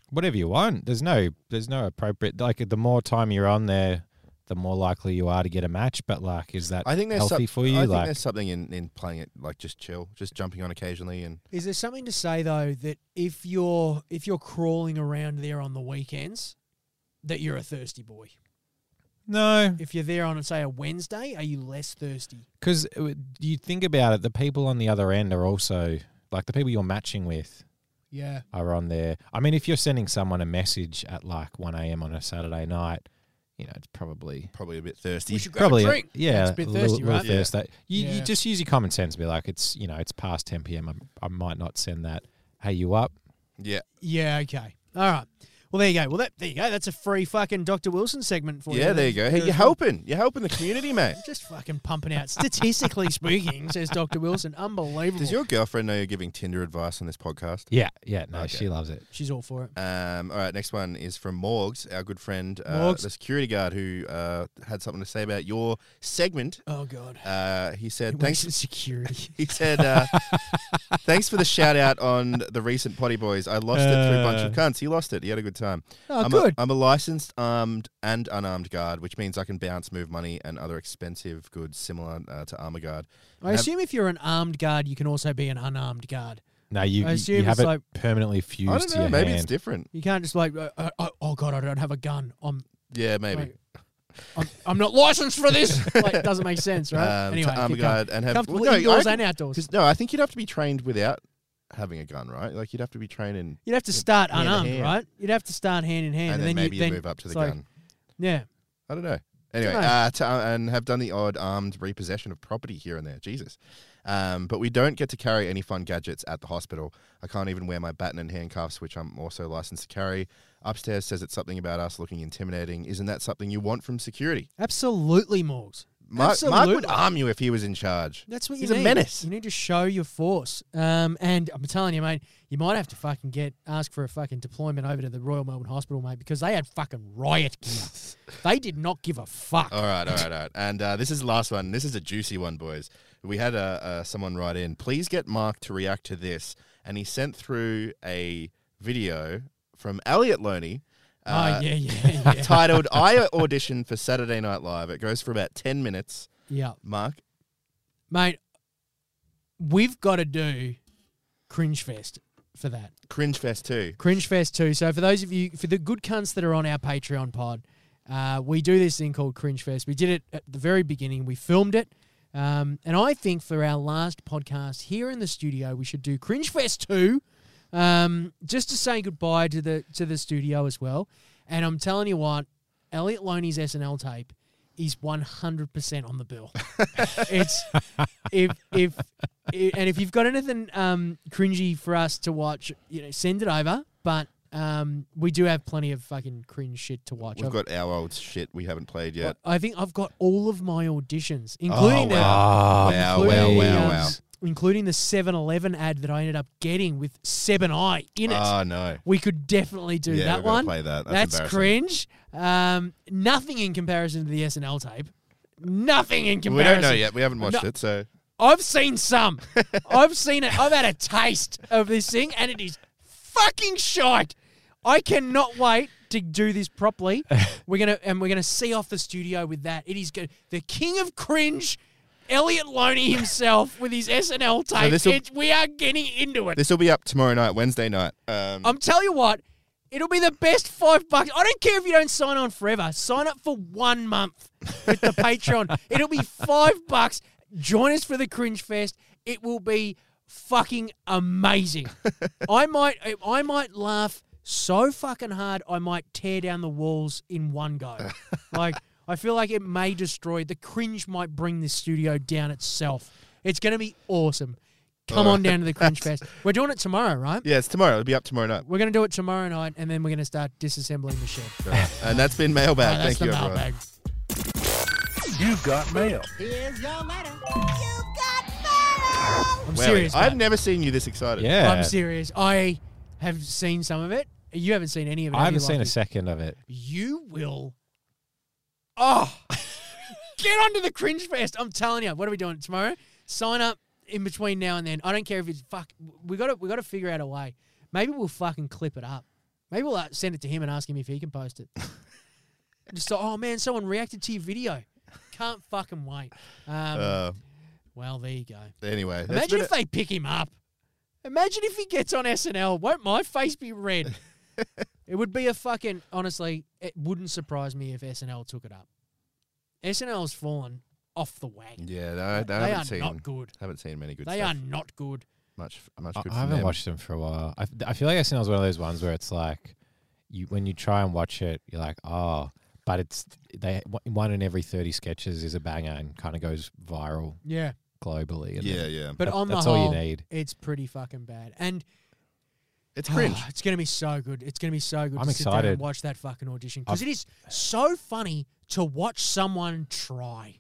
S3: whatever you want. There's no there's no appropriate like the more time you're on there, the more likely you are to get a match. But like, is that
S2: I think there's something
S3: healthy for you?
S2: I think
S3: like,
S2: there's something in, in playing it like just chill, just jumping on occasionally, and
S1: Is there something to say though that if you're if you're crawling around there on the weekends, that you're a thirsty boy?
S3: no,
S1: If you're there on say a Wednesday, are you less thirsty?
S3: because you think about it, the people on the other end are also like the people you're matching with
S1: Yeah.
S3: are on there. I mean, if you're sending someone a message at like 1 a.m. on a Saturday night, you know, it's probably
S2: probably a bit thirsty.
S1: We should grab
S3: probably
S1: a drink.
S3: yeah,
S1: It's a bit
S3: little-
S1: thirsty,
S3: little
S1: right?
S2: Yeah.
S3: thirsty. You, you
S1: Yeah.
S3: just use your common sense. Be like, it's you know, it's past 10 p.m. I, I might not send that. Hey, you up?
S2: [laughs] Yeah,
S1: Yeah. Okay. All right. Well, there you go. Well, that, there you go. That's a free fucking Dr. Wilson segment for you.
S2: yeah. There you go.
S1: There
S2: Hey, you're
S1: as well.
S2: helping. You're helping the community, mate.
S1: Just fucking pumping out.
S2: [laughs]
S1: Statistically speaking, says Dr. Wilson, unbelievable.
S2: Does your girlfriend know you're giving Tinder advice on this podcast?
S3: Yeah, yeah. No,
S2: Okay.
S3: she loves it.
S1: She's all for it.
S2: Um, all right, next one is from Morgs, our good friend, uh,
S1: Morgs.
S2: the security guard who uh, had something to say about your segment.
S1: Oh God.
S2: Uh, he said,
S1: It works
S2: "Thanks."
S1: in
S2: [laughs]
S1: security. [laughs]
S2: He said, uh, "Thanks for the shout out on the recent Potty Boys. I lost it through a bunch of cunts. He lost it. He had a good time.
S1: Uh. Oh,
S2: I'm
S1: good.
S2: A, I'm a licensed armed and unarmed guard, which means I can bounce, move money, and other expensive goods similar uh, to armor guard.
S1: I assume if you're an armed guard, you can also be an unarmed guard.
S3: No, you
S1: I
S3: you-
S1: assume
S3: you have
S1: it's
S3: it
S1: like-
S3: permanently
S2: I
S3: fused
S2: don't
S3: to
S2: know.
S3: your
S2: Maybe
S3: hand.
S2: it's different.
S1: You can't just like, uh, uh, uh, oh God, I don't have a gun. I'm
S2: Yeah, maybe."
S1: Right. I'm, I'm not licensed for this.
S2: [laughs]
S1: like, it doesn't make sense, right?
S2: Um,
S1: anyway,
S2: to armor
S1: keep going.
S2: guard and have
S1: comfortable
S2: no, I
S1: indoors
S2: reckon-
S1: and outdoors.
S2: 'cause- no, I think you'd have to be trained without having a gun, right? Like you'd have to be trained in
S1: You'd have to start
S2: hand in
S1: unarmed,
S2: hand.
S1: right? You'd have to start hand in hand, and,
S2: and, then,
S1: you-
S2: maybe you,
S1: then
S2: move up to the
S1: it's like-
S2: gun.
S1: Yeah,
S2: I don't know. Anyway,
S1: Dunno.
S2: uh, to, and have done the odd armed repossession of property here and there. Jesus. Um, but we don't get to carry any fun gadgets at the hospital. I can't even wear my baton and handcuffs, which I'm also licensed to carry. Upstairs says it's something about us looking intimidating. Isn't that something you want from security?
S1: absolutely, Morgs.
S2: Mark, Mark would
S1: Absolutely.
S2: arm you if he was in charge.
S1: That's what you
S2: He's
S1: need.
S2: a menace.
S1: You need to show your force. Um, and I'm telling you, mate, you might have to fucking get ask for a fucking deployment over to the Royal Melbourne Hospital, mate, because they had fucking riot gear.
S2: [laughs]
S1: they did not give a fuck.
S2: All right, all right, all right. And uh, this is the last one. This is a juicy one, boys. We had uh, uh, someone write in. Please get Mark to react to this. And he sent through a video from Elliot Loney. uh,
S1: oh
S2: [laughs]
S1: yeah, yeah, yeah, [laughs]
S2: titled I Audition for Saturday Night Live. It goes for about 10 minutes.
S1: yeah,
S2: Mark,
S1: mate. We've got to do cringe fest for that.
S2: Cringe Fest 2.
S1: Cringe Fest too. So for those of you, for the good cunts that are on our Patreon pod, uh, we do this thing called Cringe Fest. We did it at the very beginning. We filmed it, um, and I think for our last podcast here in the studio, we should do Cringe Fest too, um, just to say goodbye to the to the studio as well. And I'm telling you what, Elliot Loney's SNL tape is 100% on the bill. it's if if i and if you've got anything um, cringy for us to watch, you know, send it over. But um, we do have plenty of fucking cringe shit to watch.
S2: We've
S1: I've-
S2: got our old shit we haven't played yet.
S1: I think I've got all of my auditions, including the um,
S3: Ah,
S2: Oh, Wow, wow,
S1: including the,
S2: wow,
S1: um,
S2: wow.
S1: including the 7-Eleven ad that I ended up getting with Seven Eye in it.
S2: Oh, no.
S1: we could definitely do
S2: yeah,
S1: that
S2: we've gotta
S1: one.
S2: play that. That's,
S1: That's,
S2: embarrassing.
S1: cringe. Um, nothing in comparison to the SNL tape. Nothing in
S2: We
S1: comparison.
S2: don't know yet. We haven't watched
S1: No.
S2: it, so
S1: I've seen
S2: [laughs]
S1: some. I've seen it. I've had a taste of this thing, and it is fucking shite. I cannot wait to do this
S2: [laughs]
S1: properly. We're gonna and we're gonna see off the studio with that. It is good. The king of cringe, Elliot Loney himself with his SNL tape.
S2: this'll-
S1: It- we are getting into it.
S2: this will be up tomorrow night, Wednesday night. Um,
S1: I'm telling you what, it'll be the best five bucks. I don't care if you don't sign on forever. Sign up for one month with the Patreon. It'll be five bucks. Join us for the cringe fest. It will be fucking amazing. I might, I might laugh so fucking hard. I might tear down the walls in one go. Like I feel like it may destroy. The cringe might bring this studio down itself. It's gonna be awesome. Come on down to the cringe fest. We're doing it tomorrow, right?
S2: yeah, it's tomorrow. It'll be up tomorrow night.
S1: We're going to do it tomorrow night, and then we're going to start disassembling the shed.
S2: All right. And that's been
S1: Uh,
S2: Mailbag.
S1: that's
S2: Thank you,
S1: the
S2: everyone.
S1: mailbag.
S4: You've got mail.
S5: Here's your letter. You've got mail.
S1: I'm
S2: Wow,
S1: serious.
S2: I've
S1: mate.
S2: never seen you this excited.
S3: Yeah,
S1: I'm serious. I have seen some of it. You haven't seen any of it.
S3: I
S1: have you,
S3: haven't seen a
S1: Lachie?
S3: second of it.
S1: You will. Oh, [laughs] get onto the cringe fest. I'm telling you. What are we doing tomorrow? Sign up in between now and then. I don't care if it's fuck. We got to we got to figure out a way. Maybe we'll fucking clip it up. Maybe we'll uh, send it to him and ask him if he can post it. Just like, oh man, someone reacted to your video. Can't fucking wait. Um,
S2: Uh,
S1: well, there you go.
S2: anyway, that's
S1: Imagine
S2: been
S1: if they pick him up. Imagine if he gets on SNL. Won't my face be red? it would be a fucking. Honestly, it wouldn't surprise me if SNL took it up. SNL's fallen off the
S2: a-
S1: wagon.
S2: yeah, no, no,
S1: they
S2: I
S1: are
S2: haven't
S1: not
S2: seen
S1: good.
S2: haven't seen many good
S1: They
S2: stuff.
S1: are not good.
S2: much much
S3: I,
S2: good.
S3: I
S2: from
S3: haven't
S2: them.
S3: watched them for a while. I, I feel like SNL is one of those ones where it's like, you when you try and watch it, you're like, oh, but it's they one in every thirty sketches is a banger and kind of goes viral
S1: Yeah,
S3: globally. And
S2: Yeah, yeah,
S1: [sighs] but
S3: that-
S1: on the
S3: that's
S1: whole,
S3: all you need.
S1: it's pretty fucking bad. And
S2: it's cringe.
S1: Oh, it's gonna be so good. It's gonna be so good.
S3: I'm
S1: to Sit down and
S3: excited.
S1: watch that fucking audition because it is so funny to watch someone try,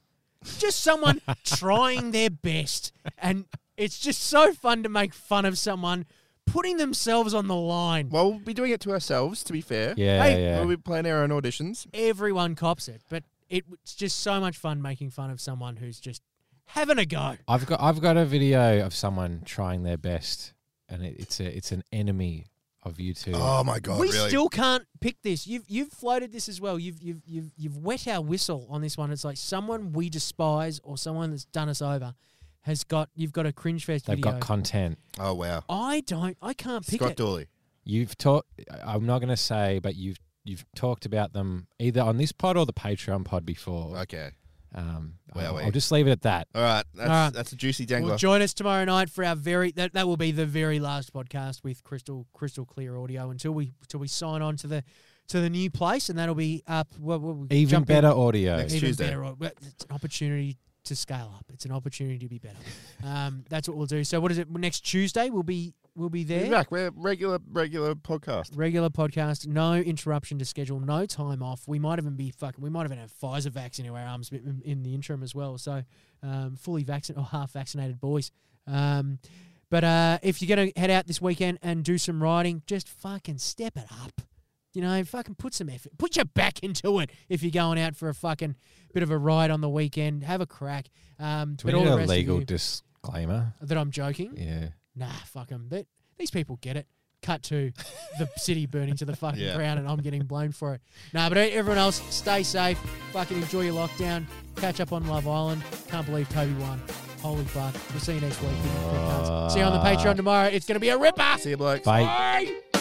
S1: just someone trying their best, and it's just so fun to make fun of someone putting themselves on the line.
S2: well, we'll be doing it to ourselves. To be fair,
S3: Yeah,
S1: Hey,
S3: yeah.
S2: we'll be playing our own auditions.
S1: Everyone cops it, but it, it's just so much fun making fun of someone who's just having a go.
S3: I've got I've got a video of someone trying their best, and it, it's a it's an enemy of you two.
S2: Oh my god,
S1: we
S2: really?
S1: still can't pick this. You've you've floated this as well. You've you've you've you've wet our whistle on this one. It's like someone we despise or someone that's done us over has got you've got a cringe fest
S3: They've
S1: video.
S3: got content.
S2: oh wow,
S1: I don't. I can't pick
S2: Scott
S1: it.
S2: Dooley.
S3: You've talked. I'm not going to say, but you've you've talked about them either on this pod or the Patreon pod before.
S2: Okay,
S3: Um,
S2: Where
S3: I'll,
S2: are we?
S3: I'll just leave it at that.
S2: all right, that's
S1: All right.
S2: that's a juicy
S1: Well,
S2: dangler.
S1: join us tomorrow night for our very that, that will be the very last podcast with crystal crystal clear audio until we until we sign on to the to the new place and that'll be up. Well, well, we
S3: Even
S1: jump in-
S3: better audio.
S2: Next- It's
S1: even
S2: Tuesday.
S1: better. Well, It's an opportunity to scale up. It's an opportunity to be
S2: [laughs]
S1: better. Um, that's what we'll do. So what is it? Next Tuesday we'll be we'll be
S2: We'll
S1: there.
S2: be back. We're regular regular podcast.
S1: Regular podcast, no interruption to schedule, no time off. We might even be fucking. We might even have Pfizer vaccine in our arms in in the interim as well. So, um, fully vaccinated or half vaccinated boys. Um, but uh, if you're gonna head out this weekend and do some riding, just fucking step it up. You know, fucking put some effort, put your back into it. If you're going out for a fucking bit of a ride on the weekend, have a crack. Um,
S3: Do we
S1: but all
S3: need
S1: the
S3: a
S1: rest of
S3: legal
S1: you-
S3: disclaimer?
S1: that I'm joking.
S3: Yeah.
S1: Nah, fuck 'em. But these people get it. Cut to the city burning to the fucking
S2: Yeah.
S1: ground, and I'm getting blamed for it. Nah, but everyone else, stay safe. Fucking enjoy your lockdown. Catch up on Love Island. Can't believe Toby won. Holy fuck. We'll see you next week. See you on the Patreon tomorrow. It's going to be a ripper.
S2: See you, blokes.
S3: Bye.
S1: Bye.